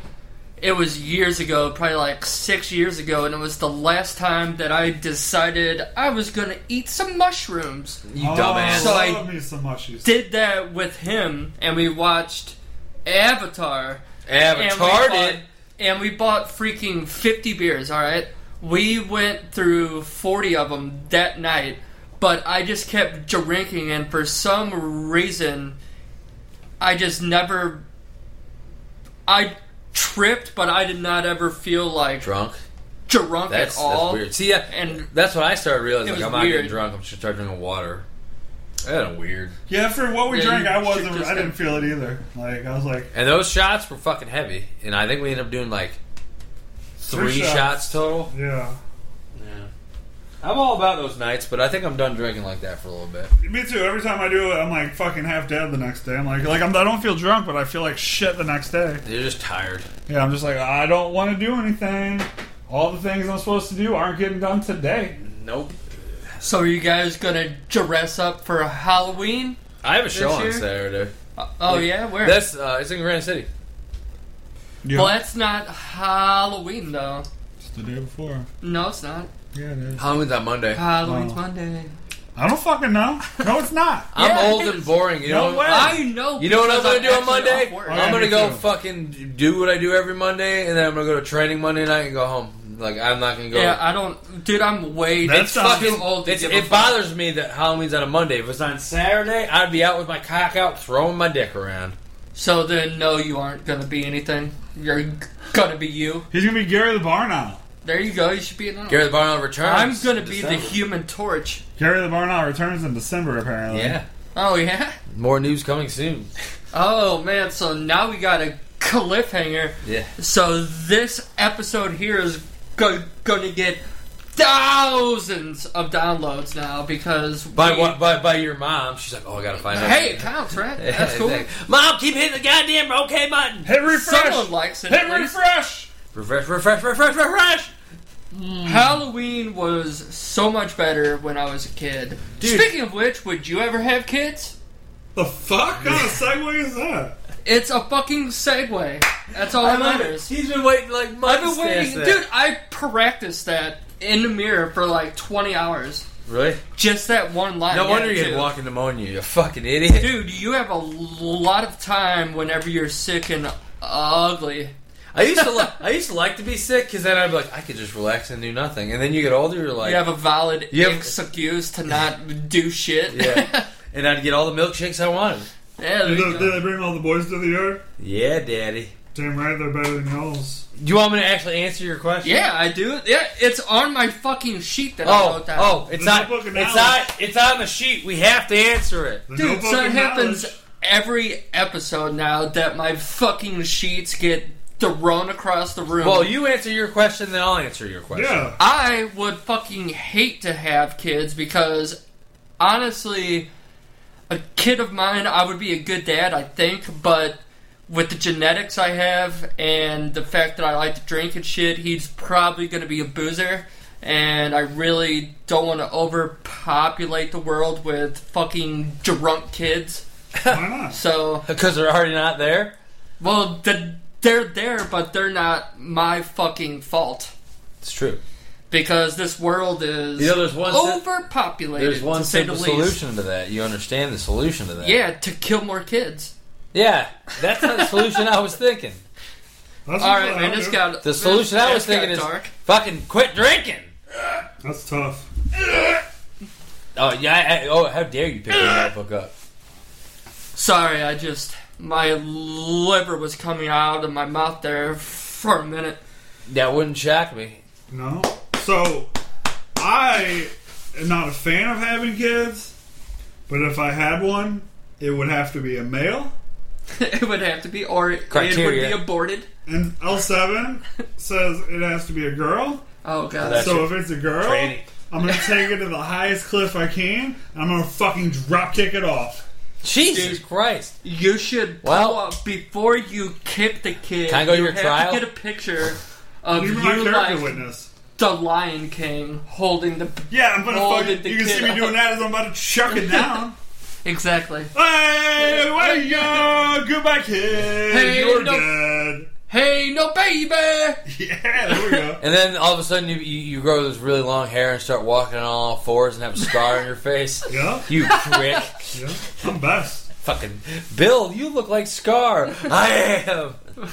S3: it was years ago, probably like six years ago, and it was the last time that I decided I was going to eat some mushrooms.
S4: You
S2: Oh,
S4: dumbass.
S3: So I-
S2: love me some mushies.
S3: Did that with him, and we watched Avatar.
S4: Avatar
S3: And we,
S4: did.
S3: bought, and we bought freaking 50 beers, alright? We went through 40 of them that night, but I just kept drinking, and for some reason, I just never. I tripped, but I did not ever feel like drunk,
S4: drunk. That's,
S3: at all.
S4: that's weird. See, yeah,
S3: And-
S4: and that's what I started realizing.
S3: It
S4: Like,
S3: was
S4: I'm not
S3: weird.
S4: getting drunk. I'm just start drinking water. That's weird.
S2: Yeah, for what we
S3: Yeah,
S2: drank,
S3: you
S2: I
S3: should
S2: wasn't.
S3: just
S2: I didn't
S3: get-
S2: feel it either. Like I was like,
S4: And those shots were fucking heavy. And I think we ended up doing like three,
S2: Three
S4: shots.
S2: shots.
S4: total.
S2: yeah.
S4: Yeah. I'm all about those nights, but I think I'm done drinking like that for a little bit.
S2: Me too. Every time I do it, I'm like fucking half dead the next day. I'm like, like I'm, I don't feel drunk, but I feel like shit the next day.
S4: You're just tired.
S2: Yeah, I'm just like I don't want to do anything. All the things I'm supposed to do aren't getting done today.
S4: Nope.
S3: So, are you guys gonna dress up for Halloween?
S4: I have a show on
S3: year?
S4: Saturday.
S3: Oh, yeah? Where?
S4: That's uh, it's in Grand City.
S2: Yeah,
S3: well, that's not Halloween, though.
S2: it's the day before.
S3: No, it's not.
S2: Yeah, it is.
S4: Halloween's on Monday.
S3: Halloween's
S2: Oh.
S3: Monday.
S2: I don't fucking know. No, it's not.
S4: I'm
S3: Yeah,
S4: old
S3: it
S4: and
S3: is.
S4: boring. You
S2: No
S4: know.
S2: way.
S3: I know.
S4: You know what I'm
S3: because
S4: gonna do on
S3: actually
S4: Monday?
S3: off work.
S2: Yeah,
S4: I'm gonna
S2: me
S4: go
S2: too.
S4: fucking do what I do every Monday, and then I'm gonna go to training Monday night and go home. Like I'm not gonna go.
S3: Yeah, I don't, dude. I'm way.
S2: That's
S3: too
S2: fucking-
S3: old. To
S4: It's-
S3: give a
S4: it
S3: fuck.
S4: bothers me that Halloween's on a Monday. If it's on Saturday, I'd be out with my cock out, throwing my dick around.
S3: So then, no, you aren't gonna be anything. You're g- gonna be you.
S2: He's gonna be Gary the Barn Owl.
S3: There you go. You should be. An
S4: Gary the Barnell returns.
S3: I'm gonna be the
S4: December.
S3: Human Torch.
S2: Gary the Barn Owl returns in December apparently.
S4: Yeah,
S3: Oh yeah.
S4: more news coming soon.
S3: Oh man. So now we got a cliffhanger.
S4: Yeah,
S3: So this episode here is go- gonna get thousands of downloads now because
S4: By,
S3: we-
S4: what, by by your mom, she's like, oh, I gotta find out.
S3: Hey, it counts, right?
S4: Yeah,
S3: That's cool.
S4: exactly. Mom, keep hitting the goddamn okay button.
S2: Hit refresh.
S3: Someone likes it.
S2: Hit
S3: at least.
S2: refresh.
S4: Refresh, refresh, refresh, refresh.
S3: Halloween was so much better when I was a kid.
S4: Dude.
S3: Speaking of which, would you ever have kids?
S2: The fuck kind of segue is that?
S3: It's a fucking segue. That's all that matters.
S4: He's been waiting like
S3: I've
S4: months.
S3: been waiting, dude. I practiced that in the mirror for like 20 hours.
S4: Really?
S3: Just that one line.
S4: No
S3: Yeah,
S4: wonder you
S3: dude.
S4: had walking pneumonia. You fucking idiot.
S3: Dude, you have a lot of time whenever you're sick and ugly.
S4: I used to like. I used to like to be sick because then I'd be like, I could just relax and do nothing. And then you get older, you're like,
S3: You have a valid
S4: You have-
S3: excuse to not do shit.
S4: yeah. And I'd get all the milkshakes I wanted.
S3: Yeah, there
S2: Did, they-
S3: you
S2: did
S3: go.
S2: they bring all the boys to the yard?
S4: Yeah, daddy.
S2: Damn right, they're better than y'all's.
S4: Do you want me to actually answer your question?
S3: Yeah, I do. Yeah, it's on my fucking sheet that I
S4: Oh,
S3: wrote down.
S4: oh, it's
S2: The
S4: not.
S2: notebook
S4: It's
S2: and
S4: not. It's on the sheet. We have to answer it.
S2: The
S3: Dude,
S2: notebook
S3: so it
S2: and
S3: happens
S2: knowledge.
S3: every episode now that my fucking sheets get thrown across the room.
S4: Well, you answer your question, then I'll answer your question.
S2: Yeah.
S3: I would fucking hate to have kids because honestly, a kid of mine, I would be a good dad, I think, but with the genetics I have and the fact that I like to drink and shit, he's probably going to be a boozer. And I really don't want to overpopulate the world with fucking drunk kids.
S2: Why not?
S3: So,
S4: Because they're already not there.
S3: well, the, they're there, but they're not my fucking fault.
S4: It's true.
S3: because this world is
S4: You know, there's one sim-
S3: overpopulated.
S4: There's one
S3: to say the
S4: simple
S3: least.
S4: solution to that. You understand the solution to that.
S3: Yeah, to kill more kids.
S4: Yeah. That's not the solution I was thinking.
S2: That's
S3: All
S2: what
S3: right,
S2: I
S3: man,
S2: do.
S3: this got
S4: The solution I was
S3: this got
S4: thinking is
S3: dark.
S4: fucking quit drinking.
S2: That's tough.
S4: Oh yeah. I, I- oh, how dare you pick your notebook up?
S3: Sorry, I just my liver was coming out of my mouth there for a minute.
S4: That wouldn't shock me.
S2: No. So, I am not a fan of having kids, but if I had one, it would have to be a male.
S3: it would have to be, or it-
S4: Criteria.
S3: it would be aborted.
S2: And L7 says it has to be a girl.
S3: Oh god.
S4: That's
S2: So if it's a girl,
S4: Tranny.
S2: I'm gonna take it to the highest cliff I can. And I'm gonna fucking drop kick it off.
S4: Jesus Christ.
S3: You should pull
S4: Well-
S3: up before you kick the kid.
S4: Can I go to
S3: you
S4: your
S3: have
S4: trial?
S3: To get a picture of
S2: You're
S3: you
S2: my character
S3: like
S2: witness.
S3: the Lion King holding the
S2: Yeah, I'm gonna
S3: Oh,
S2: fucking.
S3: get the
S2: You can
S3: kid
S2: see me
S3: out.
S2: doing that as I'm about to chuck it down.
S3: exactly.
S2: hey, way to go! Goodbye, kid.
S3: Hey,
S2: You're
S3: no-
S2: dead.
S3: Hey, no baby.
S2: Yeah, there we go.
S4: And then all of a sudden you, you, you grow this really long hair and start walking on all fours and have a scar on your face.
S2: yeah,
S4: You prick.
S2: yeah, I'm best.
S4: Fucking Bill, you look like Scar. I am.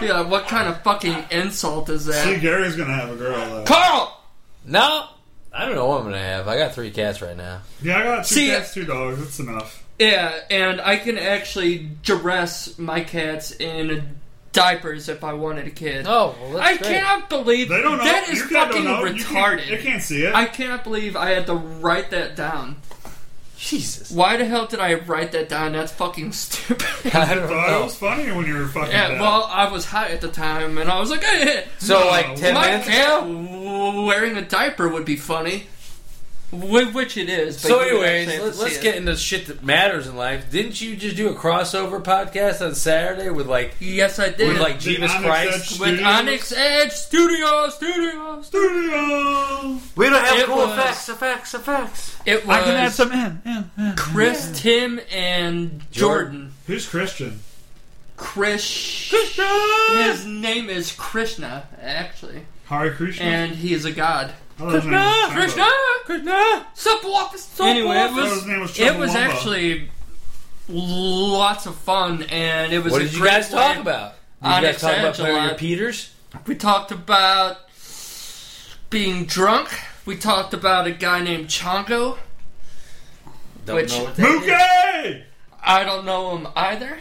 S3: Yeah, what kind of fucking insult is
S2: See,
S3: that?
S2: Gary's gonna have a girl though.
S3: Carl!
S4: No, I don't know what I'm gonna have. I got three cats right now.
S2: Yeah, I got two
S3: See,
S2: cats, two dogs. That's enough.
S3: Yeah, and I can actually dress my cats in diapers if I wanted a kid.
S4: Oh, well, that's
S3: I
S4: great.
S3: cannot believe
S2: They don't know.
S3: that is
S2: Your cat
S3: fucking
S2: don't know. You can't-
S3: retarded.
S2: They can't see it.
S3: I cannot believe I had to write that down.
S4: Jesus.
S3: Why the hell did I write that down? That's fucking stupid.
S4: I don't
S2: thought it
S4: know.
S2: was funny when you were fucking.
S3: yeah,
S2: dead.
S3: well, I was high at the time, and I was like, hey,
S4: So
S2: No,
S4: like ten
S3: my
S4: minutes.
S3: cat w- wearing a diaper would be funny. Wh- Which it is. But
S4: So,
S3: you would
S4: anyways,
S3: actually have
S4: let's,
S3: to
S4: let's
S3: see
S4: get
S3: it.
S4: into shit that matters in life. Didn't you just do a crossover podcast on Saturday with like
S3: Yes, I did.
S4: with like
S2: The
S4: Jeebus
S2: Onyx
S4: Christ?
S2: Edge
S3: with
S2: Studios.
S3: Onyx Edge Studio, Studio, Studio.
S2: Studio.
S4: We don't have
S3: It was-
S4: effects, effects.
S3: It was Chris, Tim, and Jordan.
S2: Who's Christian?
S3: Chris. His name is Krishna, actually,
S2: Hare Krishna.
S3: and he is a god.
S2: Oh, his name was Chumbo.
S3: Krishna, Krishna.
S4: Sup, office?
S3: Anyway, it
S2: Oh, his
S3: was
S2: name was
S3: it was
S2: Chumbawamba.
S3: actually lots of fun, and it was.
S4: What
S3: a
S4: did you
S3: great
S4: guys talk
S3: way-
S4: about? Did you
S3: Onyx
S4: guys talk about
S3: Edge a
S4: Barry
S3: lot.
S4: Peters?
S3: We talked about being drunk. We talked about a guy named Chonko.
S4: Don't
S3: Which-
S4: know what that is.
S2: Mookie!
S3: I don't know him either.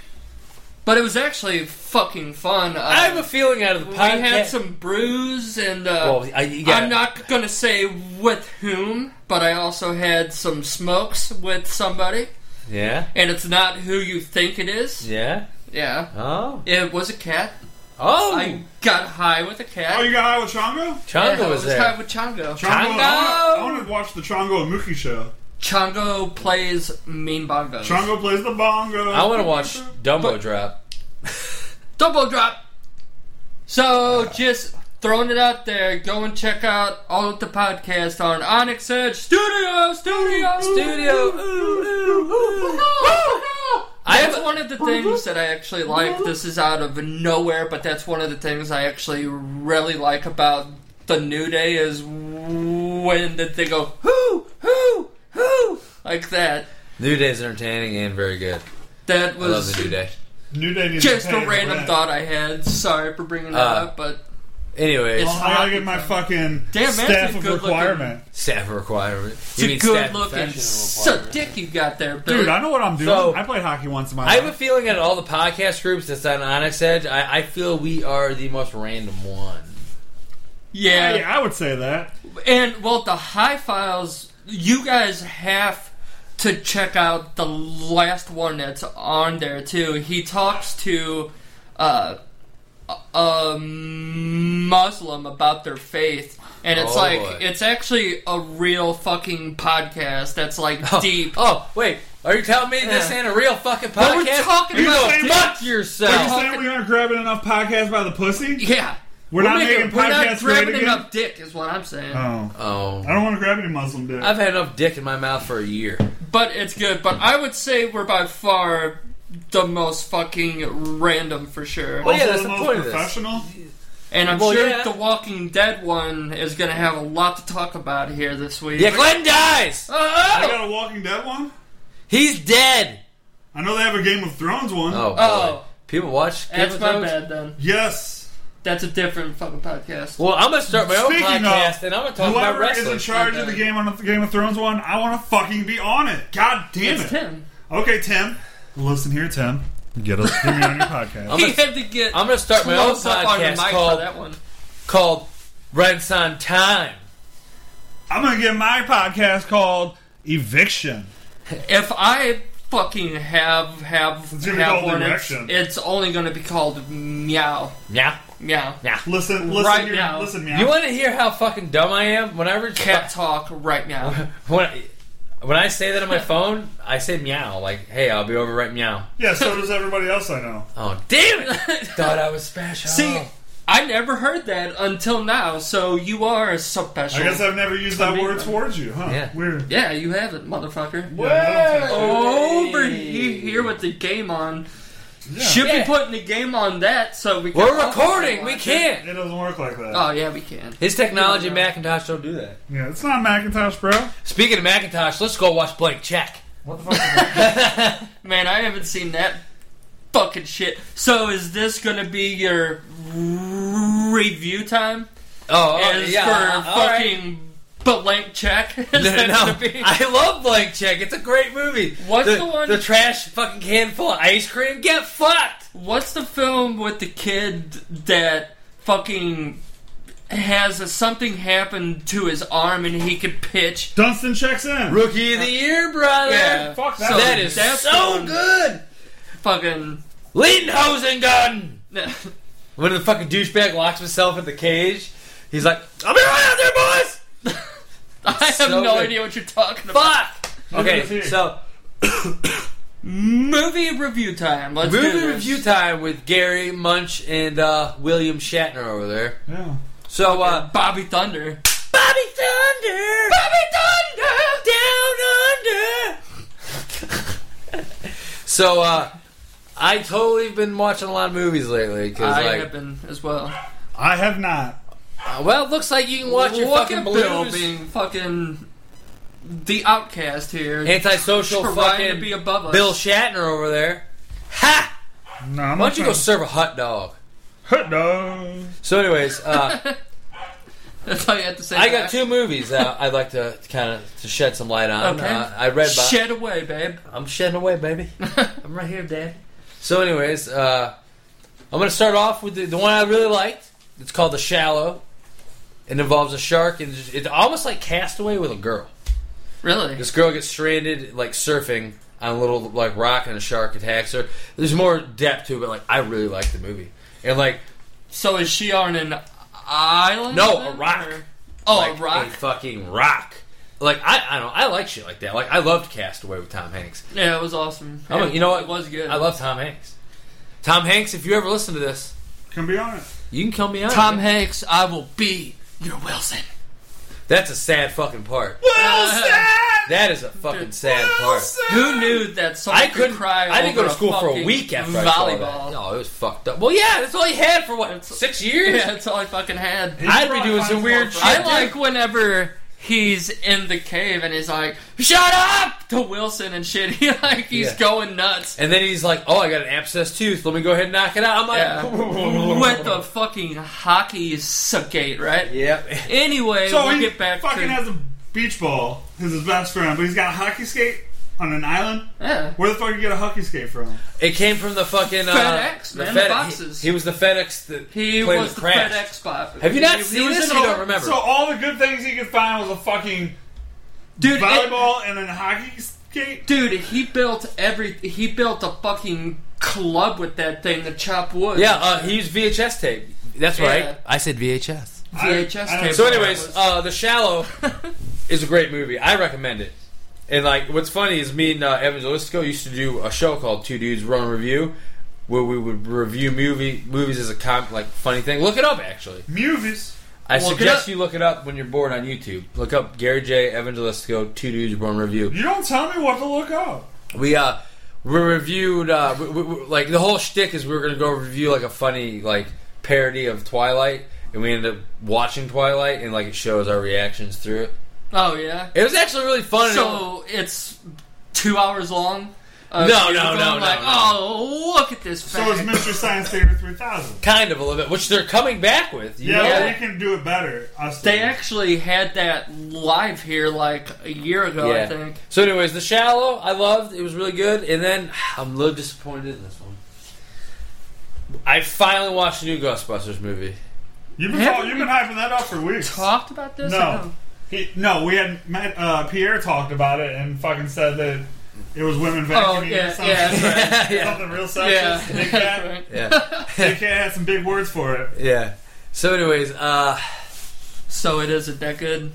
S3: But it was actually fucking fun. Uh,
S4: I have a feeling out of the
S3: we
S4: podcast.
S3: had some brews, and uh,
S4: Well, I, you got-
S3: I'm not gonna say with whom, but I also had some smokes with somebody,
S4: Yeah.
S3: and it's not who you think it is.
S4: Yeah.
S3: Yeah,
S4: Oh.
S3: it was a cat.
S4: Oh,
S3: I got high with a cat.
S2: Oh, you got high with Chongo?
S3: Yeah,
S4: Chongo
S3: I
S4: was there.
S3: high with Chongo.
S2: Chongo! I
S4: Chongo!
S2: wanna- I wanted to watch the Chongo and Mookie show.
S3: Chongo plays mean bongos.
S2: Chongo plays the bongo.
S4: I want to watch Dumbo
S3: But-
S4: drop.
S3: Double drop. So just throwing it out there. Go and check out all of the podcasts on Onyx Edge Studio, Studio,
S4: Studio. Ooh, ooh, ooh. I
S3: That's
S4: have-
S3: one of the things that I actually like. This is out of nowhere, but that's one of the things I actually really like about the New Day is when that they go whoo whoo whoo like that.
S4: New Day's entertaining and very good.
S3: That
S4: I love
S3: was
S4: the New Day.
S2: New Day needs
S3: just
S2: to pay
S3: a
S2: for
S3: random
S2: that.
S3: thought I had. Sorry for bringing that
S4: Uh,
S3: up, but
S4: Anyways,
S3: It's-
S2: Well, I gotta get my fucking
S3: Damn, that's
S2: staff
S3: a
S2: of
S3: good looking-
S2: requirement.
S4: staff requirement.
S3: it's a good looking so
S4: requirement.
S3: dick you got there, Billy.
S2: Dude, I know what I'm doing.
S4: So-
S2: I played hockey once in my
S4: I
S2: life.
S4: have a feeling that all the podcast groups that's on Onyx Edge, I, I feel we are the most random one.
S3: yeah.
S2: yeah, I would say that.
S3: and well, the high files. You guys have to check out the last one that's on there too. He talks to uh, a- a Muslim about their faith, and it's
S4: Oh,
S3: like
S4: boy.
S3: it's actually a real fucking podcast that's like deep.
S4: Oh wait, are you telling me this
S3: Yeah.
S4: ain't a real fucking podcast?
S3: But we're talking
S4: you
S3: about
S4: go
S2: dick.
S4: fuck
S2: Are you
S4: yourself.
S2: saying we aren't grabbing enough podcasts by the pussy?
S3: Yeah.
S2: We're not making
S3: we're not
S2: podcasts
S3: grabbing
S2: great again?
S3: enough dick, is what I'm saying.
S2: Oh. I
S4: Oh,
S2: don't want to grab any Muslim dick.
S4: I've had enough dick in my mouth for a year.
S3: But it's good. But I would say we're by far the most fucking random for sure.
S4: Well, yeah, that's
S2: Also
S4: the
S2: most
S4: point of this.
S2: professional.
S3: and I'm
S4: well,
S3: sure
S4: yeah.
S3: the Walking Dead one is going to have a lot to talk about here this week.
S4: Yeah, Glenn dies.
S2: I
S3: oh!
S2: got a Walking Dead one.
S4: He's dead.
S2: I know they have a Game of Thrones one.
S4: Oh, boy.
S3: Oh.
S4: people watch. Game
S3: That's
S4: of
S3: my
S4: Thrones?
S3: bad then.
S2: Yes.
S3: That's a different fucking podcast.
S4: Well, I'm gonna start my own
S2: Speaking
S4: podcast,
S2: of,
S4: and I'm gonna talk about
S2: Whoever is
S4: wrestling.
S2: in charge of the game on the Game of Thrones one, I want to fucking be on it. God damn
S3: It's
S2: it.
S3: Tim.
S2: Okay, Tim. Listen here, Tim. Get us get me on your podcast.
S4: I'm gonna-
S3: He had to get
S4: I'm gonna start my own
S3: close up on the
S4: podcast
S3: mic for
S4: called
S3: that one.
S4: called Rents on Time.
S2: I'm gonna get my podcast called Eviction.
S3: If I fucking have have
S2: It's gonna be
S3: have
S2: called
S3: one, it's,
S2: Erection.
S3: it's only going to be called meow
S4: Yeah.
S3: meow.
S2: Listen, listen
S3: Right
S2: here,
S3: now.
S2: listen, man.
S4: You want to hear how fucking dumb I am? Whenever
S3: Cat talk right now.
S4: when I, when I say that on my phone, I say meow. Like, hey, I'll be over right meow.
S2: yeah, so does everybody else I know.
S4: Oh, damn it! Thought I was special.
S2: Oh.
S3: See, I never heard that until now, so you are so special.
S2: I guess I've never used that word towards you, huh?
S4: Yeah.
S2: Weird.
S3: yeah, Oh, you have it, motherfucker.
S2: Yeah, I don't think-
S3: Over he- here with the game on.
S2: Yeah.
S3: Should
S4: Yeah.
S3: be putting the game on that so we can.
S4: we're recording. We
S3: watch it.
S4: can't.
S2: It doesn't work like that.
S3: Oh, yeah, we can.
S4: His technology, Macintosh, don't do that.
S2: yeah, it's not Macintosh, bro.
S4: Speaking of Macintosh, let's go watch Blank Check.
S2: What the fuck? is that?
S3: Man, I haven't seen that fucking shit. So is this gonna be your review time?
S4: Oh, oh,
S3: Is
S4: yeah.
S3: for
S4: all right.
S3: fucking blank check? Is
S4: No,
S3: that
S4: no,
S3: gonna be-
S4: I love Blank Check. It's a great movie.
S3: What's the one-
S4: The trash fucking can full of ice cream. Get fucked.
S3: What's the film with the kid that fucking has a, something happen to his arm and he could pitch?
S2: Dunstan checks in.
S4: Rookie of the year, brother.
S3: Yeah.
S2: Fuck
S3: So
S2: that.
S4: That is
S3: that's the
S4: Uh, so
S3: one.
S4: good.
S3: Fucking.
S4: Lindenhosen When the fucking douchebag locks himself in the cage, he's like, "I'll be right out there, boys."
S3: I have
S4: So
S3: no
S4: good.
S3: idea what you're talking about.
S4: Fuck. Okay, so
S3: Movie review time. Let's do
S4: movie
S3: this.
S4: review time with Gary Munch and uh, William Shatner over there.
S2: Yeah.
S4: So, uh,
S3: Bobby Thunder.
S4: Bobby Thunder, Bobby Thunder, down under. so, uh, I totally have been watching a lot of movies lately because,
S3: I
S4: like,
S3: have been as well.
S2: I have not.
S4: uh, well, it looks like you can watch your
S3: Look
S4: fucking
S3: at
S4: blues.
S3: Bill being fucking the outcast here.
S4: antisocial
S3: Trying
S4: fucking
S3: to be above us.
S4: Bill Shatner over there. Ha!
S2: No, I'm
S4: Why
S2: not
S4: don't you go serve a hot dog?
S2: trying- Hot dog.
S4: So, anyways, uh,
S3: That's all you have to say.
S4: I got
S3: back.
S4: two movies that I'd like to kind of to shed some light on.
S3: Okay.
S4: Uh, I read about.
S3: Shed away, babe.
S4: I'm shedding away, baby. I'm right here, Dad. So, anyways, uh, I'm gonna start off with the, the one I really liked. It's called The Shallow. It involves a shark, and it's almost like Castaway with a girl.
S3: Really?
S4: This girl gets stranded, like surfing on a little like rock, and a shark attacks her. There's more depth to it, but like I really like the movie, and like
S3: So is she on an island?
S4: No, a
S3: then,
S4: rock.
S3: or- Oh,
S4: like
S3: a rock.
S4: a fucking rock. Like I, I don't know. I like shit like that. Like I loved Castaway with Tom Hanks.
S3: yeah, it was awesome.
S4: I'm like, you know what?
S3: It was good.
S4: I love Tom Hanks. Tom Hanks, if you ever listen to this,
S2: Can be on it.
S4: you can come me on.
S3: Tom Hanks. I will be your Wilson.
S4: That's a sad fucking part. That is a fucking
S3: Dude.
S4: sad part.
S3: Who knew that someone
S4: I couldn't
S3: could cry?
S4: I didn't go
S3: over
S4: to school for a
S3: fucking
S4: week after
S3: volleyball.
S4: I saw that. No, it was fucked up. Well, yeah, that's all he had for what six years.
S3: Yeah, that's all I fucking had.
S4: I'd be doing some weird shit.
S3: I
S4: dude.
S3: like whenever he's in the cave and he's like, "Shut up!" to Wilson and shit. He like he's
S4: Yeah.
S3: going nuts.
S4: And then he's like, "Oh, I got an abscess tooth. Let me go ahead and knock it out." I'm
S3: Yeah.
S4: like,
S3: With the fucking hockey suckate, right?
S4: Yep.
S3: Anyway,
S2: So
S3: we'll
S2: he
S3: get back
S2: fucking
S3: to
S2: has a beach ball. He's his best friend, but he's got a hockey skate on an island.
S3: yeah.
S2: Where the fuck you get a hockey skate from?
S4: It came from the fucking uh,
S3: FedEx, man, the
S4: Fed-
S3: boxes.
S4: He, he was the FedEx that
S3: He
S4: played
S3: was
S4: with
S3: the
S4: Crash.
S3: FedEx bot.
S4: Have you not
S3: He- he
S4: seen
S3: was
S4: this?
S3: in
S4: You
S3: all-
S4: don't remember.
S2: So all the good things he could find was a fucking
S3: dude? it-
S2: volleyball and a hockey skate.
S3: Dude, he built every. He built a fucking club with that thing to chop wood.
S4: yeah, uh, he used VHS tape. That's right.
S3: Yeah.
S4: I said VHS.
S3: VHS
S2: I- I don't-
S3: tape.
S4: So, anyways, uh, The Shallow is a great movie. I recommend it. And like, what's funny is me and uh, Evangelistico used to do a show called Two Dudes Run Review, where we would review movie movies as a comp, like funny thing. Look it up, actually.
S2: Movies.
S4: I
S3: Look it
S4: suggest
S3: up.
S4: you look it up when you're bored on YouTube. Look up Gary J. Evangelistico Two Dudes Run Review.
S2: You don't tell me what to look up.
S4: We uh we reviewed uh we, we, we- like the whole shtick is we were gonna go review like a funny like parody of Twilight, and we ended up watching Twilight, and like it shows our reactions through it.
S3: oh yeah.
S4: It was actually really fun. and
S3: So it's two hours long. Uh,
S4: No,
S3: you're
S4: no, no,
S3: going
S4: no,
S3: Like,
S4: no.
S3: oh, look at this.
S2: So is
S3: fact."
S2: Mystery Science Theater 3000.
S4: it- kind of a little bit, which they're coming back with. You
S2: Yeah,
S4: know?
S2: well,
S3: Yeah.
S2: we can do it better. Us
S3: They
S2: two.
S3: actually had that live here like a year ago, I think.
S4: So, anyways, The Shallow, I loved. It was really good. And then I'm a little disappointed in this one. I finally watched the new Ghostbusters movie.
S2: you've been
S3: Haven't
S2: talk- you've
S3: we
S2: been hyping that up for weeks.
S3: Talked about this? I
S2: no,
S3: don't-
S2: he, no, we had Matt, uh, Pierre talked about it and fucking said that it was women vacuuming
S3: Oh
S2: or
S3: yeah,
S2: something.
S3: yeah, that's right.
S4: yeah,
S2: Something real
S3: yeah,
S2: sexist. Big
S3: that's
S2: cat.
S3: right.
S4: yeah,
S2: Big cat had some big words for it.
S4: yeah. So, anyways, uh,
S3: So it isn't that good.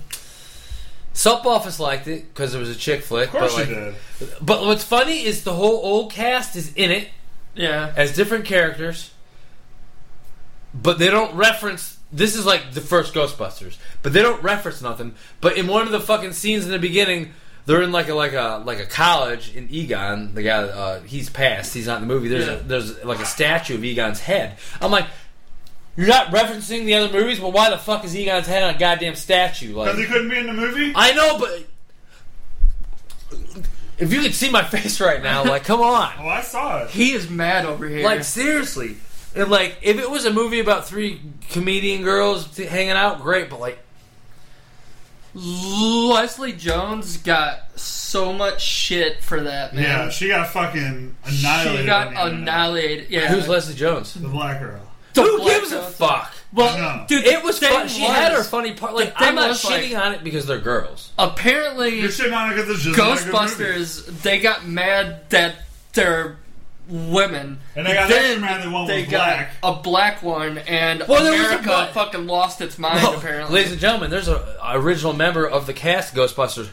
S4: Soap Office liked it because it was a chick flick.
S2: Of course
S4: but like,
S2: you did.
S4: But what's funny is the whole old cast is in it
S3: Yeah,
S4: as different characters, but they don't reference. This is like the first Ghostbusters, but they don't reference nothing. But in one of the fucking scenes in the beginning, they're in like a like a like a college, and Egon, the guy, uh, he's passed. He's not in the movie. There's
S3: Yeah.
S4: a, there's like a statue of Egon's head. I'm like. You're not referencing the other movies, but why the fuck is Egon's head on a goddamn statue? Like,
S2: Because he couldn't be in the movie?
S4: I know, but if you could see my face right now, like, come on,
S2: oh, I saw it.
S3: he is mad over here.
S4: like seriously, and like if it was a movie about three comedian girls t- hanging out, great, but like,
S3: Leslie Jones got so much shit for that man.
S2: Yeah, she got fucking annihilated.
S3: she got
S2: on the internet.
S3: annihilated. Yeah,
S4: who's Leslie Jones?
S2: The black girl.
S4: Who
S3: black
S4: gives a
S3: girl.
S4: fuck?
S3: Well,
S2: No.
S3: dude,
S4: It was
S3: the
S4: fun.
S3: thing
S4: She had her
S3: was-
S4: funny part. Like,
S3: the thing
S4: I'm not
S3: was, like-
S4: shitting on it because they're girls.
S3: Apparently,
S2: You're shitting on it because it's just not a good movie.
S3: Ghostbusters, they got mad that they're women.
S2: And they got
S3: Then
S2: extra mad that one
S3: they
S2: was
S3: got
S2: black.
S3: a black one, and
S4: Well, there was a
S3: America
S4: black-
S3: fucking lost its mind,
S4: Well, Oh,
S3: apparently.
S4: Ladies and gentlemen, there's a a original member of the cast of Ghostbusters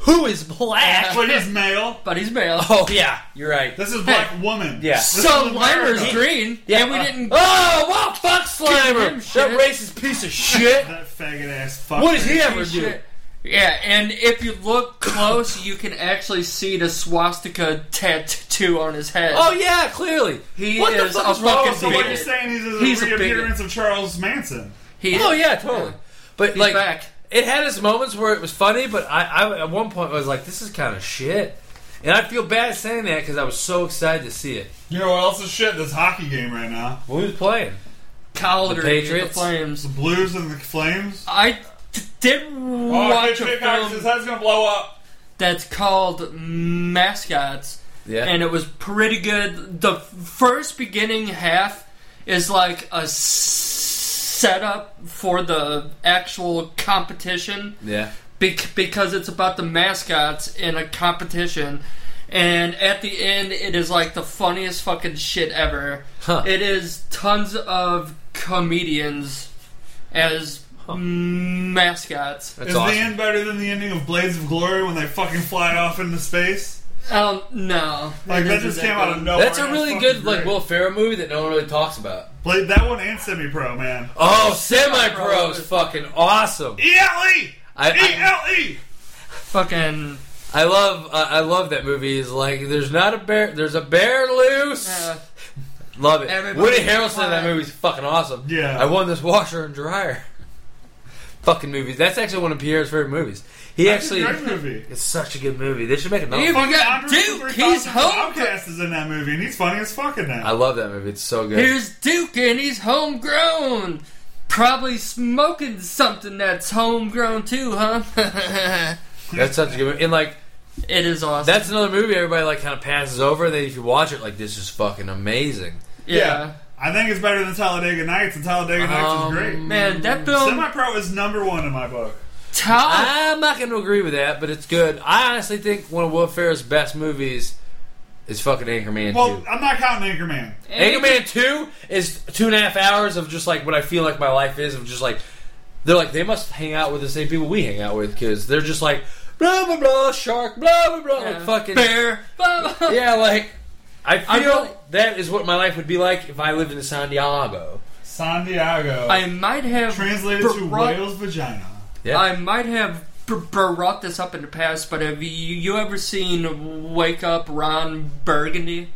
S4: who is black.
S2: But he's male.
S3: But he's male.
S4: oh yeah, you're right.
S2: This is black woman.
S4: Yeah.
S2: This
S3: so
S2: is
S3: Limer's
S2: America.
S3: green, and we
S4: uh,
S3: didn't.
S4: Oh, wow, fuck Slimer,
S3: him
S4: that
S3: shit.
S4: racist piece of shit.
S2: That faggot ass fucker.
S4: what does he ever
S3: Shit.
S4: do?
S3: Yeah, and if you look close, you can actually see the swastika tattoo on his head.
S4: Oh yeah, clearly
S3: He
S4: what
S3: is
S4: the fuck
S3: a
S4: is wrong
S3: fucking
S4: with
S2: So what
S4: people?
S2: you're
S3: bigot.
S2: saying is is a
S3: He's a bigot.
S2: reappearance of Charles Manson.
S3: he,
S4: Oh yeah, totally. But
S3: He's
S4: like,
S3: back.
S4: it had its moments where it was funny, but I, I at one point I was like, this is kind of shit, and I feel bad saying that because I was so excited to see it.
S2: You know what else is shit? This hockey game right now.
S4: Well, who's playing?
S3: Calder,
S4: The
S3: the,
S4: Patriots?
S3: Flames.
S2: The Blues and the Flames.
S3: I d- did
S2: Oh,
S3: watch
S2: Pitch
S3: a
S2: Pickaxe,
S3: film
S2: his head's gonna blow up.
S3: that's called Mascots,
S4: Yeah,
S3: and it was pretty good. The first beginning half is like a s- setup for the actual competition
S4: yeah.
S3: bec- because it's about the mascots in a competition. And at the end, it is like the funniest fucking shit ever.
S4: Huh.
S3: It is tons of comedians as mascots.
S4: That's
S2: Is
S4: awesome.
S2: the end better than the ending of Blades of Glory when they fucking fly off into space?
S3: Um, no,
S2: Like
S3: It
S2: that
S3: is
S2: just
S3: that
S2: came out of
S3: good.
S2: nowhere.
S4: That's a really
S2: fucking
S4: good like
S2: great.
S4: Will Ferrell movie that no one really talks about.
S2: Blade, that one and Semi Pro man.
S4: Oh, Semi Pro is
S3: is-
S4: fucking awesome.
S2: E L E
S4: I-
S2: E
S4: I,
S2: L E.
S3: Fucking
S4: I love uh, I love that movie. Is like there's not a bear there's a bear loose.
S3: uh,
S4: love it.
S3: everybody
S4: Woody Harrelson in
S3: fly.
S4: that movie's fucking awesome.
S2: Yeah.
S4: I won this washer and dryer. fucking movies. That's actually one of Pierre's favorite movies. He actually
S2: Great movie.
S4: it's such a good movie. They should make another.
S3: He
S4: one.
S3: even got
S2: Andre
S3: Duke. He's
S2: 3000
S3: home.
S2: Outcast is in that movie, and he's funny as fuck in
S4: I
S2: that.
S4: love that movie. It's so good.
S3: Here's Duke, and he's homegrown. Probably smoking something that's homegrown too, huh?
S4: That's such a good movie. And like
S3: it is awesome.
S4: that's another movie everybody like kind of passes over. And then if you watch it, like this is fucking amazing.
S3: yeah.
S2: I think it's better than Talladega Nights, and Talladega
S4: Um,
S2: Nights is great.
S3: man, that film.
S2: Semi Pro is number one in my book.
S3: top
S4: I'm not going to agree with that, but it's good. I honestly think one of Will Ferrell's best movies is fucking Anchorman
S2: Well,
S4: 2.
S2: I'm not counting Anchorman.
S4: Anchorman 2 is two and a half hours of just like what I feel like my life is of just like, they're like, they must hang out with the same people we hang out with because they're just like, blah, blah, blah, shark, blah, blah, blah, like
S3: Yeah.
S4: fucking.
S3: bear. Blah, blah.
S4: Yeah, like, I
S3: I
S4: feel
S3: really-
S4: that is what my life would be like if I lived in Santiago.
S2: San Diego.
S3: I might have
S2: translated to
S3: brought-
S2: whale's vagina.
S4: Yeah.
S3: I might have br- brought this up in the past, but have you, you ever seen Wake Up Ron Burgundy?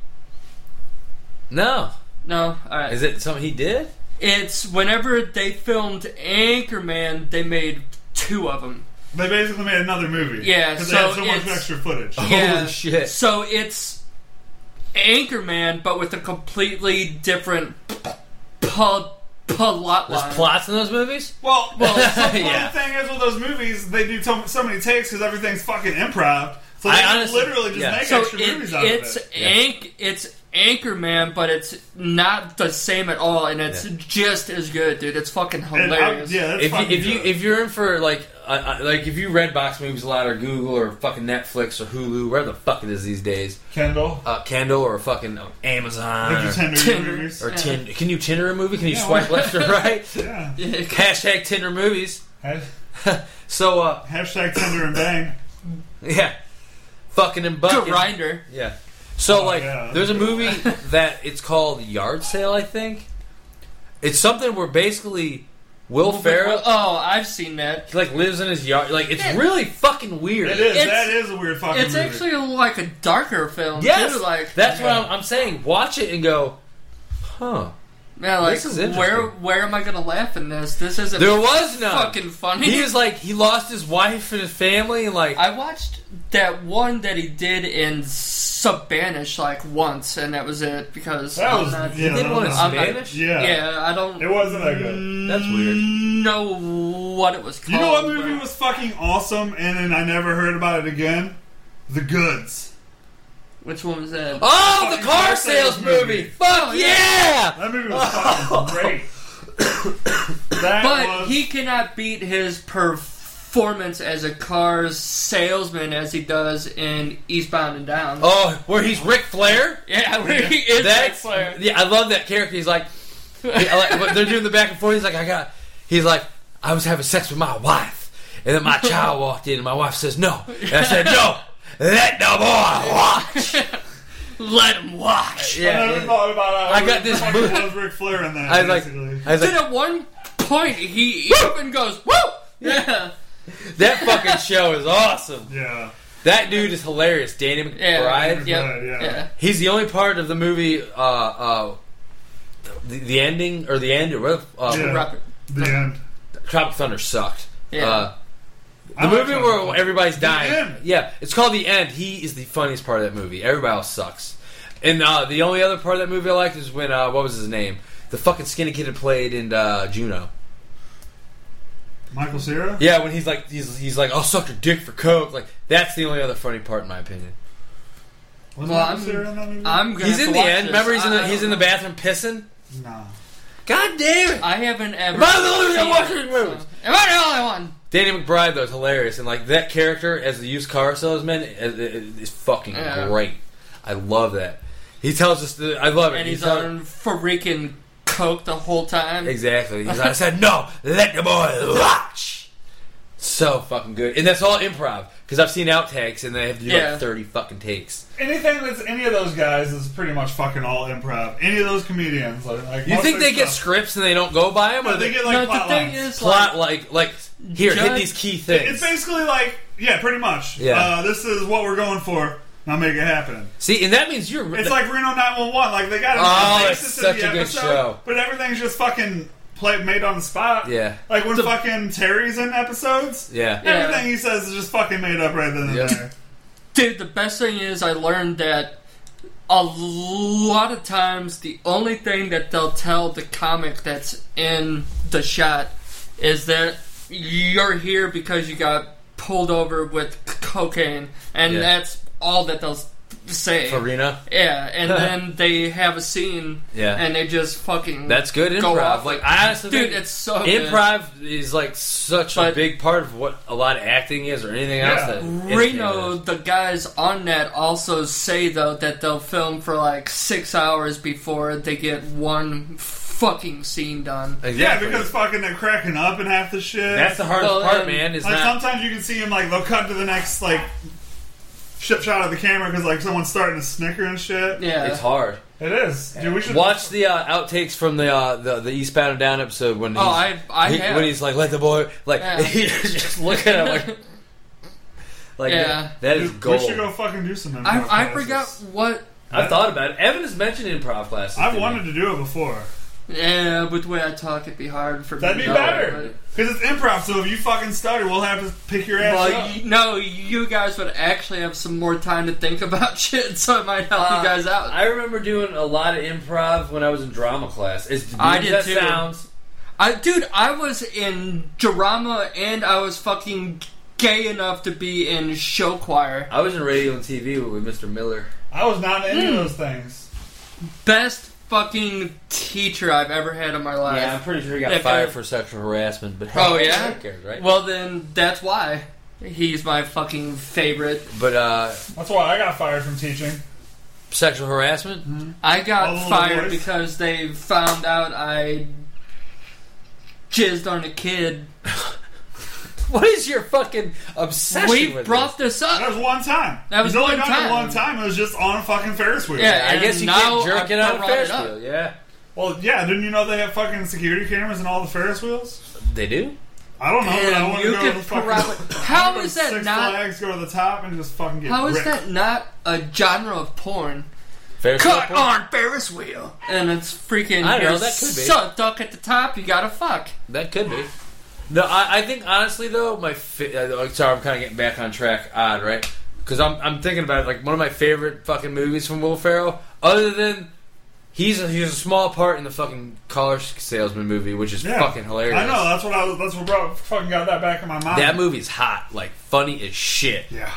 S4: no.
S3: No, all right.
S4: Is it something he did?
S3: It's whenever they filmed Anchorman, they made two of them.
S2: They basically made another movie.
S3: Yeah,
S2: because
S3: so
S2: they had so much
S3: it's-
S2: extra footage.
S3: Yeah.
S4: Holy shit.
S3: So it's Anchorman, but with a completely different plot plot
S4: There's
S3: line.
S4: plots in those movies?
S2: Well, well. So the
S4: Yeah.
S2: thing is with those movies, they do so, so many takes because everything's fucking improv. So they
S4: I
S2: can
S4: honestly-
S2: literally just
S4: yeah.
S2: make
S3: so
S2: extra
S3: it-
S2: movies out
S3: it's
S2: of it.
S4: Yeah.
S3: anch- it's Anchorman, but it's not the same at all, and it's
S4: Yeah.
S3: just as good, dude. It's fucking
S2: And I-
S3: hilarious.
S2: yeah, that's
S4: if
S2: fucking
S4: you, if you
S2: good.
S4: if you're in for like uh, uh, like if you red box movies a lot or Google or fucking Netflix or Hulu where the fuck it is these days
S2: Kendall,
S4: uh, Kendall or fucking uh, Amazon
S2: would you
S4: or,
S2: tender your
S3: Tinder.
S2: movies?
S4: or
S3: Yeah.
S4: Tinder can you Tinder a movie can you swipe left or right
S2: Yeah.
S4: hashtag Tinder movies
S2: Hash-
S4: so uh,
S2: Hashtag Tinder and Bang.
S4: yeah fucking and bucking
S3: grinder.
S4: yeah so
S2: Oh,
S4: like
S2: yeah.
S4: there's a movie that it's called Yard Sale I think it's something where basically Will Ferrell
S3: Oh, I've seen that.
S4: he, like lives in his yard like it's
S3: Yeah.
S4: really fucking weird
S2: It is.
S3: It's-
S2: that is a weird fucking
S3: It's
S2: movie.
S3: actually like a darker film.
S4: Yes,
S3: too, like
S4: that's
S2: yeah.
S4: what I'm, I'm saying. Watch it and go, huh?
S3: yeah, like
S4: this is interesting.
S3: where where am I gonna laugh in this? This isn't
S4: There was none.
S3: fucking funny.
S4: He was like, he lost his wife and his family, and like,
S3: I watched that one that he did in Spanish like once, and that was it because
S2: That
S3: I'm
S2: was
S3: not-
S2: yeah,
S4: he did
S2: that
S4: one in
S2: was-
S3: I'm not-
S4: Spanish.
S2: yeah.
S3: yeah, I don't.
S2: It wasn't that good.
S4: That's weird.
S3: Know what it was called?
S2: You know what
S3: but-
S2: movie was fucking awesome and then I never heard about it again? The Goods.
S3: Which one was that? Oh,
S4: Oh, the
S2: Fucking
S4: car sales movie. Fuck
S3: yeah.
S4: yeah!
S2: That movie was fucking great. that
S3: but
S2: was,
S3: he cannot beat his performance as a car salesman as he does in Eastbound and Down.
S4: Oh, where he's Ric Flair.
S3: yeah, where he is Ric
S4: That's
S3: Flair.
S4: yeah. I love that character. He's like, yeah, like, but they're doing the back and forth. He's like, I got. He's like, I was having sex with my wife, and then my child walked in, and my wife says no, and I said no. Let the boy watch.
S3: Let him watch.
S2: I never thought about it.
S4: I got this
S2: fucking
S4: book.
S2: was Ric Flair in that.
S4: I was like,
S2: basically.
S4: I was
S3: Then
S4: like,
S3: at one point he even goes woo. Yeah,
S4: that fucking show is awesome.
S2: yeah.
S4: That dude is hilarious, Danny McBride.
S3: yeah,
S2: McBride,
S3: Yep.
S2: yeah.
S3: yeah.
S4: He's the only part of the movie, uh, uh, the, the ending or the end or whatever. Uh,
S2: Yeah.
S3: Robert.
S2: The end.
S4: Tropic Thunder sucked.
S3: Yeah.
S4: Uh, the
S2: I like
S4: movie
S2: Tropic
S4: where
S2: Thunder.
S4: everybody's dying.
S2: End.
S4: Yeah, it's called The End. He is the funniest part of that movie. Everybody else sucks. And uh, the only other part of that movie I liked is when uh, what was his name? The fucking skinny kid had played in uh, Juno.
S2: Michael Cera?
S4: Yeah, when he's like, he's, he's like, I'll suck your dick for coke. Like that's the only other funny part, in my opinion.
S2: Was
S3: Well,
S2: Michael
S3: I'm-
S2: Cera in that movie?
S3: I'm gonna
S4: He's
S3: have
S4: in
S3: to
S4: the
S3: watch
S4: end.
S3: this.
S4: Remember, he's in the
S3: I-
S4: he's in the bathroom pissing.
S2: nah.
S4: God damn it!
S3: I haven't ever.
S4: Am I the only one
S3: seen
S4: watching
S3: it,
S4: movies?
S3: so- Am I the only one?
S4: Danny McBride though is hilarious, and like that character as the used car salesman is, is is fucking
S3: Yeah.
S4: great. I love that. He tells us, the, I love it.
S3: and
S4: He
S3: he's
S4: tell-
S3: on freaking coke the whole time.
S4: Exactly. He's like, I said, no, let the boy watch. So fucking good, and that's all improv because I've seen outtakes and they have to do
S3: Yeah.
S4: like thirty fucking takes.
S2: Anything that's any of those guys is pretty much fucking all improv. Any of those comedians, like, like
S4: You
S2: most
S4: think
S2: of
S4: they
S2: their
S4: get
S2: stuff-
S4: scripts and they don't go by them, or
S2: No, they get like
S3: no,
S2: plot
S3: the thing
S2: lines.
S3: is,
S4: plot like like here hit
S3: Judge-
S4: these key
S2: It's
S4: things.
S2: basically like, yeah, pretty much.
S4: Yeah.
S2: Uh, this is what we're going for. Now make it happen.
S4: See, and that means you're
S2: It's like Reno 911. Like they got a
S4: Oh,
S2: basis
S4: it's
S2: of the
S4: such a good
S2: episode,
S4: show.
S2: but everything's just fucking play, made on the spot.
S4: Yeah.
S2: Like when
S3: The-
S2: fucking Terry's in episodes,
S4: yeah.
S3: Yeah.
S2: everything he says is just fucking made up right then and
S4: Yeah.
S2: there.
S3: Dude, the best thing is I learned that a lot of times the only thing that they'll tell the comic that's in the shot is that you're here because you got pulled over with c- cocaine, and
S4: Yeah.
S3: that's all that they'll s- say.
S4: Farina.
S3: Yeah, and then they have a scene,
S4: Yeah.
S3: and they just fucking
S4: That's good
S3: go
S4: improv.
S3: off.
S4: Like I honestly
S3: dude,
S4: think
S3: it's so good.
S4: improv is like such a
S3: But-
S4: big part of what a lot of acting is, or anything
S2: Yeah.
S4: else. That
S3: Reno,
S4: entertainment
S3: the guys on that also say though that they'll film for like six hours before they get one fucking scene done.
S4: is.
S2: Yeah,
S4: Exactly.
S2: because fucking they're cracking up and half the shit.
S4: that's the hardest
S3: Well,
S4: part,
S3: and-
S4: man. Is
S2: like
S4: not
S2: sometimes you can see him like they'll cut to the next like ship shot of the camera because like someone's starting to snicker and shit.
S3: Yeah,
S4: it's hard.
S2: It is. Dude, we should
S4: Watch the uh, outtakes from the, uh, the the Eastbound and Down episode when
S3: Oh,
S4: he's,
S3: I- I
S4: he-
S3: have.
S4: when he's like let the boy like
S3: Yeah.
S4: he's just looking at him like like
S3: Yeah.
S4: that- that is
S2: Dude,
S4: gold.
S2: We should go fucking do some. improv
S3: I, I
S2: classes.
S3: forgot what.
S4: I've thought about it. Evan has mentioned improv classes.
S2: I've
S4: to me.
S2: wanted to do it before.
S3: Yeah, with the way I talk, it'd be hard for
S2: That'd
S3: me.
S2: be
S3: to know,
S2: better because it's improv. So if you fucking stutter, we'll have to pick your
S3: but-
S2: ass
S3: Well,
S2: up.
S3: you, no, you guys would actually have some more time to think about shit, so it might help
S4: Uh,
S3: you guys out.
S4: I remember doing a lot of improv when I was in drama class. As weird
S3: I
S4: as
S3: did
S4: that
S3: too.
S4: sounds.
S3: I dude, I was in drama and I was fucking gay enough to be in show choir.
S4: I was in radio and TV with Mr. Miller.
S2: I was not into
S3: Hmm.
S2: any of those things.
S3: Best fucking teacher I've ever had in my life.
S4: Yeah, I'm pretty sure he got
S3: Yeah,
S4: fired
S3: kinda-
S4: for sexual harassment. But
S3: Oh,
S4: hey,
S3: yeah?
S4: who cares, right?
S3: Well, then that's why he's my fucking favorite.
S4: but uh,
S2: That's why I got fired from teaching.
S4: sexual harassment.
S3: I
S2: All
S3: got
S2: the
S3: fired
S2: boys?
S3: because they found out I jizzed on a kid.
S4: What is your fucking obsession?
S3: We
S4: with
S3: brought this
S2: That
S3: up.
S2: was one time.
S3: That was
S2: He's only
S3: one
S2: done it
S3: time.
S2: one time. It was just on a fucking Ferris wheel.
S3: Yeah.
S4: this. I guess
S3: and
S4: you
S3: now
S4: can't jerk
S3: I
S4: it out of
S3: brought
S4: Ferris
S3: it up.
S4: wheel. Yeah,
S2: Well, yeah. Didn't you know they have fucking security cameras in all the Ferris wheels?
S4: they do.
S2: I don't know. but I
S3: Damn,
S2: want
S3: you
S2: to go
S3: could
S2: to the fucking.
S3: probably- How
S2: I wanna go to
S3: is that
S2: Six
S3: not-
S2: Flags, go to the top and just fucking get.
S3: How is
S2: ripped.
S3: that not a genre of porn?
S4: Ferris wheel.
S3: Cut
S4: porn?
S3: on Ferris wheel, and it's freaking.
S4: I don't know,
S3: you're
S4: that could be.
S3: So duck at the top, you gotta fuck.
S4: That could be. No, I, I think honestly though, my fa- uh, sorry, I'm kind of getting back on track. Odd, right? Because I'm I'm thinking about it, like one of my favorite fucking movies from Will Ferrell. Other than he's a, he's a small part in the fucking car salesman movie, which is
S2: Yeah.
S4: fucking hilarious.
S2: I know. That's what I was. That's what brought, fucking got that back in my mind.
S4: That movie's hot, like funny as shit.
S2: Yeah.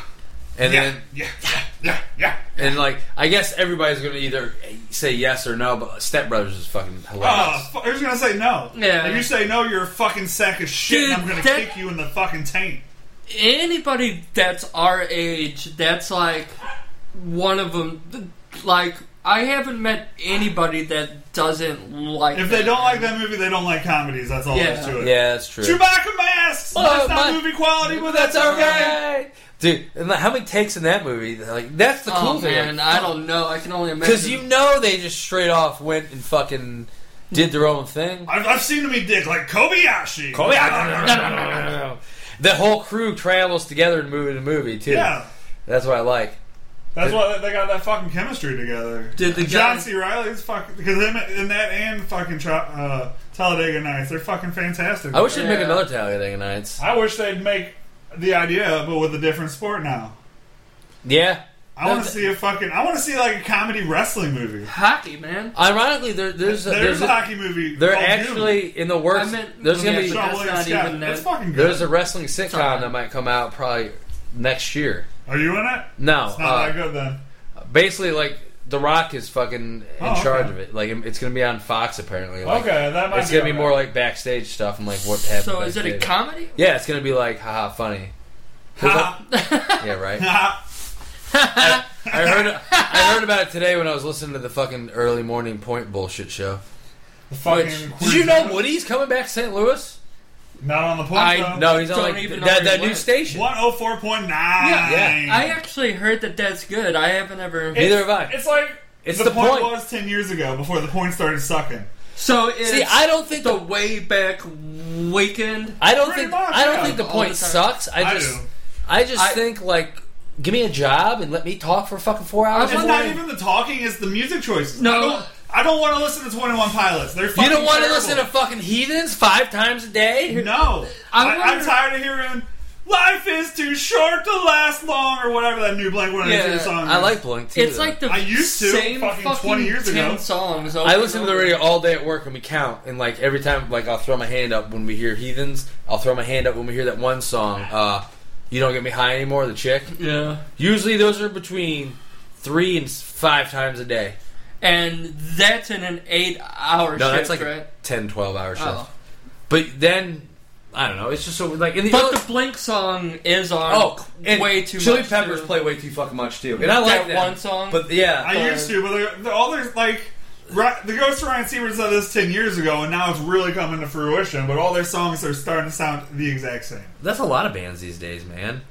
S4: And
S2: Yeah.
S4: then
S2: Yeah. Yeah. Yeah. Yeah.
S4: and like I guess everybody's gonna either say yes or no, but Step Brothers is fucking
S2: Oh,
S4: hilarious.
S2: fu- who's gonna say no?
S3: Yeah.
S2: If you say no, you're a fucking sack of shit, and
S3: Dude,
S2: I'm gonna
S3: that-
S2: kick you in the fucking taint.
S3: anybody that's our age that's like one of them like i haven't met anybody that doesn't like
S2: If they
S3: that.
S2: don't like that movie, they don't like comedies. That's all there is
S3: Yeah.
S2: to it.
S4: yeah, that's true.
S2: Chewbacca masks. that's not
S4: my-
S2: movie quality, but that's
S4: all
S2: alright.
S4: right, dude. And like, how many takes in that movie? They're Like that's the cool
S3: oh
S4: thing.
S3: man i don't know i can only imagine
S4: because you know they just straight off went and fucking did their own thing.
S2: I've, I've seen him eat dick like Kobayashi.
S4: The whole crew travels together in movie to movie too.
S2: Yeah,
S4: that's what I like.
S2: that's why they got that fucking chemistry together.
S3: Did the
S2: John
S3: guy-
S2: C. Riley's fucking because him in that and fucking Tra- uh, Talladega Nights, they're fucking fantastic.
S4: I wish they'd make
S3: Yeah.
S4: another Talladega Nights.
S2: I wish they'd make the idea, but with a different sport now.
S4: Yeah.
S2: I want to
S4: That's-
S2: see a fucking. I want to see like a comedy wrestling movie.
S3: hockey man
S4: Ironically, there, there's a,
S2: There's
S4: there's
S2: a
S4: a,
S2: hockey movie.
S4: they're
S2: called Goon.
S4: actually in the works.
S3: I meant-
S4: there's gonna
S3: yeah,
S4: be
S3: sure.
S2: John
S3: that's
S2: William
S3: not
S2: Scott.
S3: even that-
S2: That's fucking good.
S4: there's a wrestling sitcom
S3: alright.
S4: that might come out probably next year.
S2: Are you in it?
S4: No,
S2: It's not
S4: uh,
S2: that good then.
S4: basically like The Rock is fucking in
S2: Oh, okay.
S4: charge of it. Like it's gonna be on Fox apparently. Like,
S2: okay, that might
S4: It's
S2: be
S4: gonna be
S2: alright.
S4: more like backstage stuff and like what happened.
S3: So is it a
S4: backstage.
S3: comedy?
S4: Yeah, it's gonna be like haha funny.
S2: Ha,
S4: Yeah, right.
S2: ha.
S4: I heard I heard about it today when I was listening to the fucking early morning point bullshit show.
S2: The fucking
S3: Which-
S4: Did you know Woody's coming back to St. Louis?
S2: Not on the point.
S3: I-
S2: though.
S4: No, he's on
S3: Don't
S4: like
S3: even know
S4: that,
S3: where
S4: that
S3: he
S4: new
S3: was.
S4: station.
S2: 104.9.
S4: Yeah,
S3: I actually heard that that's good. I haven't ever.
S4: Neither have I.
S2: It's like
S4: It's
S2: the,
S4: the
S2: point,
S4: point.
S2: was 10 years ago before the point started sucking.
S3: so it's
S4: See, I don't think
S3: the
S4: the
S3: way back weekend.
S4: I don't
S2: Pretty
S4: think
S2: much,
S4: I don't
S2: yeah.
S4: think the
S3: All
S4: point
S3: the time.
S4: sucks. I
S2: I
S4: just
S2: do.
S4: I, just
S3: I-
S4: think like give me a job and let me talk for fucking four hours.
S3: I
S2: It's
S4: a
S2: not
S4: day.
S2: even the talking, it's the music choices.
S3: No.
S2: I don't, I don't want to listen to 21 Pilots. They're
S4: you
S2: fucking
S4: don't want to
S2: terrible.
S4: listen to fucking heathens five times a day.
S2: No.
S3: I
S2: I,
S3: wonder-
S2: I'm tired of hearing Life is too short to last long or whatever that new Blank 182
S3: Yeah,
S2: song
S4: I
S2: is.
S4: like Blink too.
S3: It's like the
S2: I used to,
S3: same
S2: fucking
S3: fucking,
S2: 20 years
S3: 10
S2: ago.
S3: songs.
S4: I listen to the radio all day at work and we count. And like every time, like I'll throw my hand up when we hear Heathens. I'll throw my hand up when we hear that one song. Uh, you don't get me high anymore. The chick.
S3: Yeah.
S4: Usually those are between three and s- five times a day.
S3: And that's in an eight-hour
S4: No,
S3: shift,
S4: that's like
S3: right?
S4: a 10, 12 hour shift.
S3: Oh.
S4: But then I don't know. It's just so like in the
S3: But
S4: other-
S3: the Blink song is on
S4: oh and
S3: way too
S4: Chili
S3: much.
S4: Peppers
S3: too.
S4: play way too fucking much too. And I like
S3: That one song?
S4: But yeah,
S2: I used to, but they're, they're, all there's like. Ri- The Ghost of Ryan Seabird said this 10 years ago, and now it's really coming to fruition, but all their songs are starting to sound the exact same.
S4: that's a lot of bands these days, man.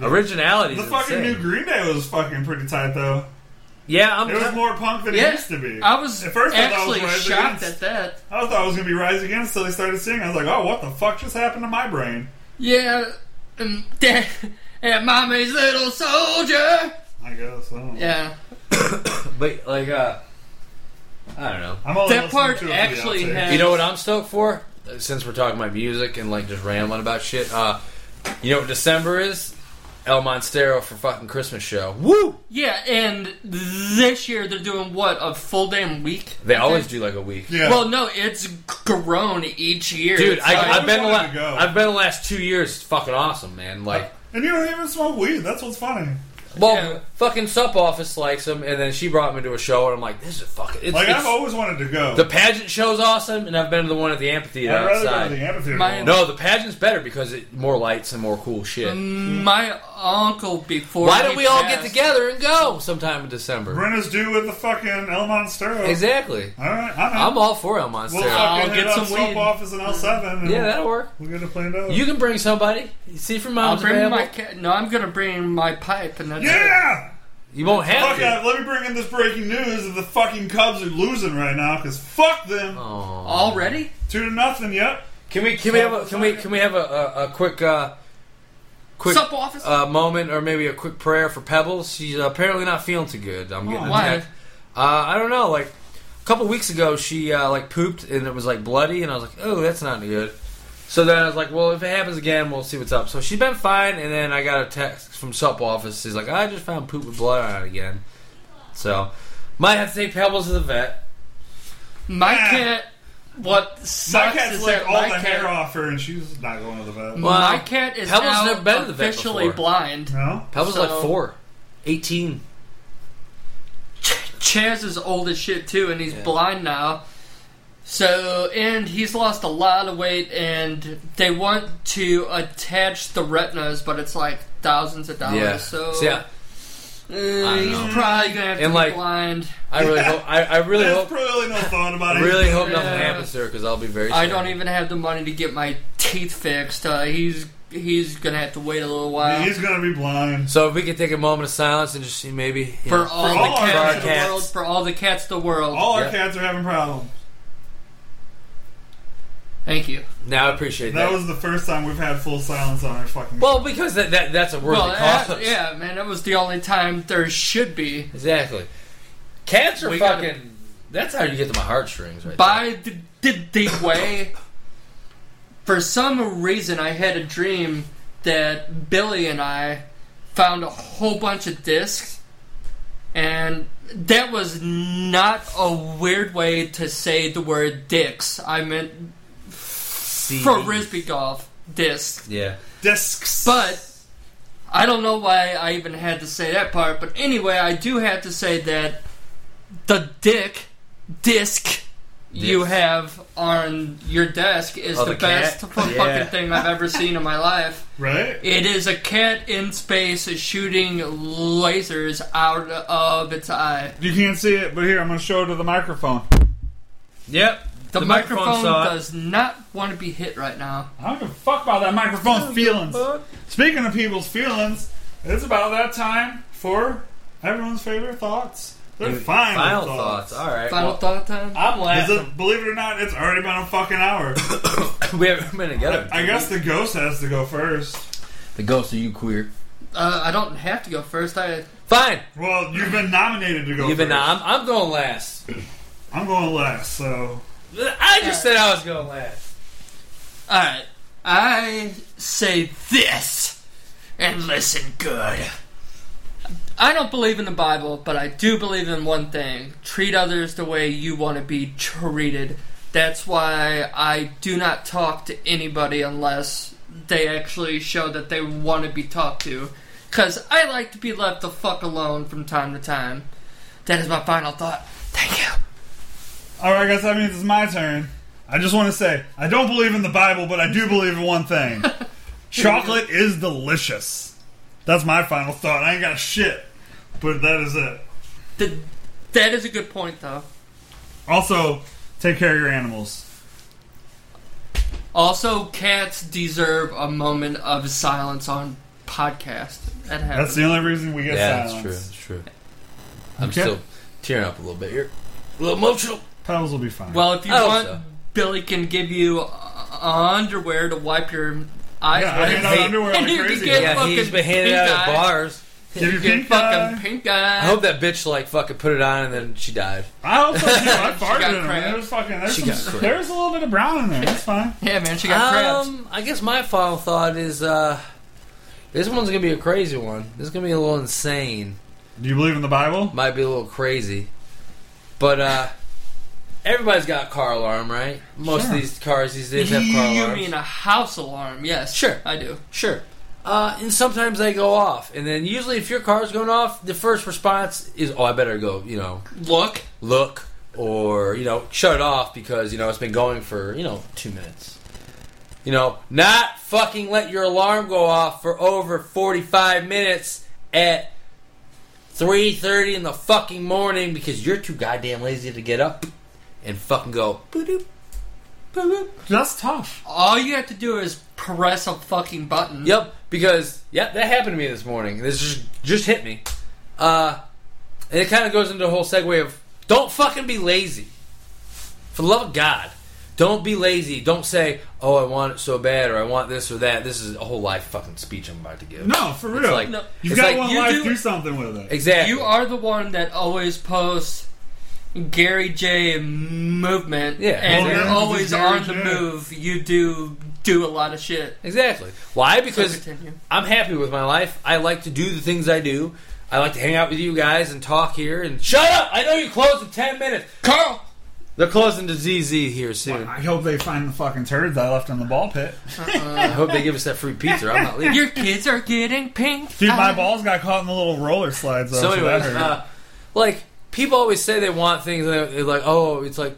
S4: Originality.
S2: The fucking new Green Day was fucking pretty tight, though.
S4: Yeah, I'm.
S2: It was more punk than it
S3: Yeah,
S2: used to be.
S3: I was
S2: At first I thought it was
S3: actually
S2: Rise
S3: shocked
S2: Against.
S3: at that.
S2: I thought it was gonna be Rise Against until they started singing. I was like, oh, what the fuck just happened to my brain?
S3: Yeah, and, that, and mommy's little soldier.
S2: I guess. I don't know.
S3: Yeah,
S4: But like, uh, I don't know.
S2: I'm only
S3: That
S2: listening
S3: part
S2: to it for the
S3: actually
S2: outtakes.
S3: had-
S4: You know what I'm stoked for? Uh, Since we're talking about music and like just rambling about shit, uh, you know what December is? El Monstero for fucking Christmas show. Woo!
S3: yeah, and this year they're doing what a full damn week.
S4: They always do like a week.
S2: Yeah.
S3: Well, no, it's grown each year,
S4: Dude,
S3: It's
S4: I,
S3: like-
S4: I've been the
S2: wanted
S4: la-
S2: to go.
S4: I've been the last two years. Fucking awesome, man. Like,
S2: and you don't even smoke weed. That's what's funny.
S4: well,
S3: Yeah.
S4: fucking sup office likes him, and then she brought me to a show, and I'm like, this is fucking. It's,
S2: Like
S4: it's-
S2: I've always wanted to go.
S4: the pageant show's awesome, and I've been to the one at the amphitheater
S2: I'd rather
S4: outside.
S2: go to the amphitheater.
S3: My-
S2: one.
S4: no, the pageant's better because it more lights and more cool shit.
S2: Mm,
S3: my uncle before.
S4: Why
S3: he
S4: don't we all get
S3: passed-
S4: together and go sometime in December?
S2: Brenna's due with the fucking El Monstero.
S4: Exactly.
S2: All right, I know.
S4: I'm all for El Monstero.
S2: we'll fucking
S3: I'll
S2: hit
S3: get
S2: up
S3: some
S2: Soap
S3: weed.
S2: Office and L7. And
S4: yeah, that'll work.
S2: We'll get it planned out.
S4: You can bring somebody. You see if your
S3: I'll
S4: mom's
S3: bring
S4: available.
S3: my ca- no. I'm gonna bring my pipe, and that's it.
S2: yeah.
S4: You won't have
S2: Fuck
S4: to.
S2: that. Let me bring in this breaking news that the fucking Cubs are losing right now because fuck them.
S4: Aw.
S3: already.
S2: Two to nothing. Yep.
S4: Can we can we have a can we can we have a a, a quick uh, quick
S3: Sup, office?
S4: uh, moment or maybe a quick prayer for Pebbles? She's apparently not feeling too good. I'm getting
S2: Oh,
S4: a
S3: why?
S4: text. Uh, I don't know. Like a couple weeks ago, she uh, like pooped and it was like bloody, and I was like, oh, that's not good. So then I was like, well, if it happens again, we'll see what's up. So she's been fine, and then I got a text from sup office. She's like, I just found poop with blood on it again. So might have to take Pebbles to the vet.
S3: My
S2: Ah.
S3: cat. What
S2: My
S3: sucks
S2: cat's
S3: is
S2: like
S3: that
S2: all
S3: my
S2: the
S3: cat,
S2: hair off her, and she's not going to the vet.
S4: Well,
S3: my cat is
S4: Pebbles
S3: now
S4: never been to the vet
S3: officially
S4: before.
S3: blind.
S2: No.
S4: Pebbles is like
S3: So-
S4: four. 18.
S3: Ch- Chaz is old as shit too, and he's
S4: Yeah.
S3: blind now. So, and he's lost a lot of weight, and they want to attach the retinas, but it's like thousands of dollars.
S4: Yeah.
S3: Uh, So,
S4: So, yeah.
S3: uh,
S4: don't
S3: he's
S4: know.
S3: probably gonna have to
S4: And,
S3: be
S4: like-
S3: blind.
S4: I really hope. I, I really
S2: There's
S4: hope.
S2: probably no thought about it.
S4: Really hope nothing
S3: Yeah.
S4: happens to her because I'll be very.
S3: I
S4: sad.
S3: don't even have the money to get my teeth fixed. Uh, he's he's gonna have to wait a little
S4: uh,
S3: while
S2: He's gonna be blind.
S4: So if we could take a moment of silence and just see maybe you
S3: for
S4: know,
S3: all
S2: all
S3: the
S2: our
S3: cats, in the
S4: cats.
S3: world. For all the cats in the world.
S2: All our
S4: Yep.
S2: cats are having problems.
S3: Thank you.
S4: Now I appreciate that.
S2: That was the first time we've had full silence on our fucking.
S4: well, because that, that that's a worthy
S3: Well,
S4: cause.
S3: that- yeah, man, that was the only time there should be.
S4: Exactly. Cats are
S3: We gotta-
S4: fucking. that's how you get to my heartstrings, right?
S3: By the, the, the way, for some reason, I had a dream that Billy and I found a whole bunch of discs, and that was not a weird way to say the word dicks. I meant
S4: there.
S3: for
S4: CDs.
S3: frisbee golf discs,
S4: Yeah.
S2: discs.
S3: but. I don't know why I even had to say that part, but anyway, I do have to say that the dick disc you
S4: Yes.
S3: have on your desk is
S4: Oh,
S3: the,
S4: the cat?
S3: best fu-
S4: Yeah.
S3: fucking thing I've ever seen in my life.
S2: Right?
S3: It is a cat in space shooting lasers out of its eye.
S2: You can't see it, but here, I'm going to show it to the microphone.
S4: Yep.
S3: The, microphone,
S4: saw it.
S3: does not want to be hit right now.
S2: I don't give a fuck about that
S4: Oh,
S2: microphone feelings. Speaking of people's feelings, it's about that time for everyone's favorite thoughts. Their final,
S4: Final
S2: thoughts.
S4: thoughts. All right.
S3: Final
S4: well,
S3: thought time.
S4: I'm
S2: Is
S4: laughing.
S2: it, believe it or not, it's already been a fucking hour.
S4: we haven't been together.
S2: I guess the ghost has to go first.
S4: The ghost of you queer.
S3: Uh, I don't have to go first. I
S4: Fine.
S2: Well, you've been nominated to go first.
S4: Even now, I'm, I'm going last.
S2: I'm going last, so
S4: I just said I was going last.
S3: all right. I say this and listen good. I don't believe in the Bible, but I do believe in one thing: treat others the way you want to be treated. That's why I do not talk to anybody unless they actually show that they want to be talked to. Cause I like to be left the fuck alone from time to time. That is my final thought. Thank you.
S2: All right, I guess that means it's my turn. I just want to say I don't believe in the Bible, but I do believe in one thing: chocolate is delicious. That's my final thought. I ain't got shit, but that is it.
S3: Th- that is a good point, though.
S2: Also, take care of your animals.
S3: Also, cats deserve a moment of silence on podcast. That
S2: That's
S3: happens.
S2: the only reason we get
S4: Yeah, that's
S2: silence.
S4: true. That's true. I'm
S2: Okay.
S4: still tearing up a little bit here. A little emotional.
S2: Pals will be fine.
S3: well, if you
S4: I hope
S3: want,
S4: so.
S3: Billy can give you uh, underwear to wipe your eyes
S2: yeah, I hand out
S4: Hey,
S2: underwear like
S3: you can
S2: crazy.
S3: get-
S2: Yeah.
S4: Yeah, he's
S3: fucking
S4: been handed
S3: pink
S4: out at
S3: eye.
S4: bars.
S2: Give
S3: with.
S2: you
S3: You get
S2: pink eye.
S3: fucking pink eye.
S4: I hope that bitch like fucking put it on and then she died.
S2: I hope so too. I farted
S3: got
S2: in
S3: cramp.
S2: them. There's fucking
S4: She
S2: there's,
S4: got
S2: some,
S4: cramp.
S2: there's a little bit of brown in there. That's fine.
S3: yeah, man, she got crabs.
S4: Um, I guess my final thought is uh, this one's gonna be a crazy one. This is gonna be a little insane.
S2: Do you believe in the Bible?
S4: Might be a little crazy, but uh, everybody's got a car alarm, right? Most
S2: Sure.
S4: of these cars these days
S3: You
S4: have car alarms.
S3: mean a house alarm? Yes,
S4: Sure.
S3: I do.
S4: Sure. Uh, and sometimes they go off, and then usually if your car's going off, the first response is, "Oh, I better go," you know,
S3: Look,
S4: look or you know shut it off because you know it's been going for you know two minutes you know not fucking let your alarm go off for over 45 minutes at 3.30 in the fucking morning because you're too goddamn lazy to get up and fucking go boop boop
S2: That's tough.
S3: all you have to do is press a fucking button.
S4: Yep, because yep, that happened to me this morning. This just just hit me. Uh, and it kind of goes into the whole segue of don't fucking be lazy. For the love of God, don't be lazy. Don't say, "Oh, I want it so bad," or "I want this or that." This is a whole life fucking speech I'm about to give.
S2: No, for real.
S4: It's like
S3: No.
S2: You've
S4: it's
S2: got
S4: like-
S2: one
S3: you
S2: life.
S3: do-
S2: Do, something with it.
S4: exactly.
S3: You are the one that always posts Gary J movement.
S4: Yeah.
S3: And
S4: Well,
S3: you're
S4: yeah,
S3: always
S2: this is Gary
S3: on the
S2: J.
S3: move. You do do a lot of shit.
S4: exactly. Why?
S3: So
S4: Because
S3: continue.
S4: I'm happy with my life. I like to do the things I do. I like to hang out with you guys and talk here. And shut up! I know you close in ten minutes.
S3: Carl!
S4: They're closing to ZZ here soon.
S2: I hope they find the fucking turds I left in the ball pit.
S4: I hope they give us that free pizza. I'm not leaving.
S3: Your kids are getting pink.
S2: Dude, my
S3: eye.
S2: balls got caught in the little roller slides. Though,
S4: so,
S2: so that
S4: anyways,
S2: hurt.
S4: uh, like people always say they want things, and they're they're like, oh, it's like,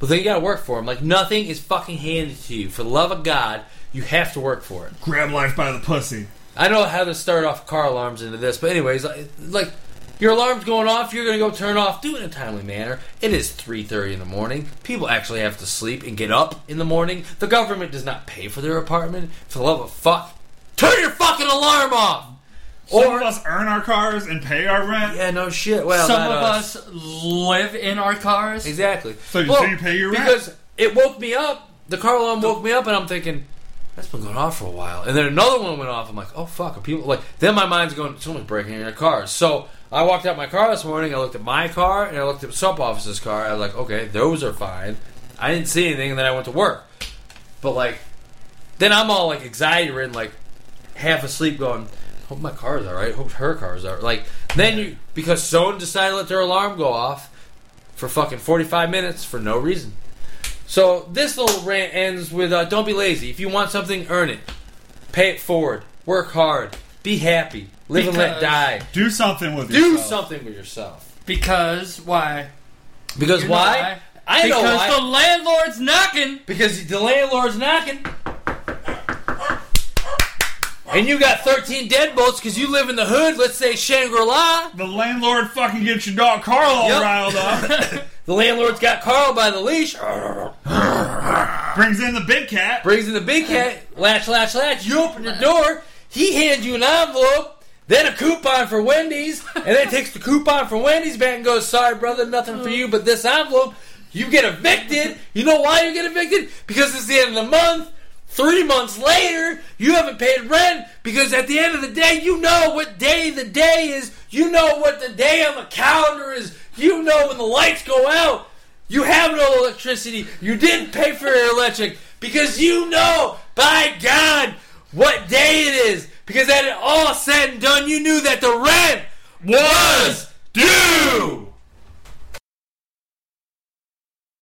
S4: but then you gotta work for them. Like nothing is fucking handed to you. For the love of God, you have to work for it.
S2: Grab life by the pussy.
S4: I know how to start off car alarms into this, but anyways, like- like your alarm's going off, you're gonna go turn off. Do it in a timely manner. It is three thirty in the morning. People actually have to sleep and get up in the morning. The government does not pay for their apartment. For the love of fuck, turn your fucking alarm off.
S2: Some of us earn our cars and pay our rent.
S4: Yeah, no shit. Well,
S3: Some
S4: not
S3: of us. live in our cars.
S4: Exactly.
S2: So you- so you pay your rent.
S4: Because it woke me up. The car alarm woke me up, and I'm thinking, that's been going off for a while. And then another one went off. I'm like, oh fuck, are people like? Then my mind's going, someone's breaking in their cars. So I walked out my car this morning. I looked at my car and I looked at sub officer's car. I was like, okay, those are fine. I didn't see anything, and then I went to work. But like, then I'm all like anxiety ridden, like half asleep, going, "Hope my car's all right. Hope her car's all right." Like then you because someone decided to let their alarm go off for fucking 45 minutes for no reason. So this little rant ends with, uh, "Don't be lazy. If you want something, earn it. Pay it forward. Work hard. Be happy. Live and let
S3: Because-
S4: die.
S2: Do something with
S4: Do
S2: yourself.
S4: something with yourself."
S3: Because why?
S4: Because
S3: You know
S4: why? I
S3: because
S4: know why.
S3: the landlord's knocking.
S4: because the landlord's knocking. And you got 13 deadbolts because you live in the hood, let's say Shangri La.
S2: The landlord fucking gets your dog Carl all
S4: Yep.
S2: riled up.
S4: The landlord's got Carl by the leash.
S2: Brings in the big cat.
S4: brings in the big cat, latch, latch, latch. You open your door, he hands you an envelope, then a coupon for Wendy's, and then takes the coupon from Wendy's back and goes, "Sorry, brother, nothing for you but this envelope." You get evicted. You know why you get evicted? Because it's the end of the month. Three months later, you haven't paid rent because at the end of the day, you know what day the day is. You know what the day on the calendar is. You know when the lights go out. You have no electricity. You didn't pay for your electric because you know, by God, what day it is. Because at it all said and done, you knew that the rent was due.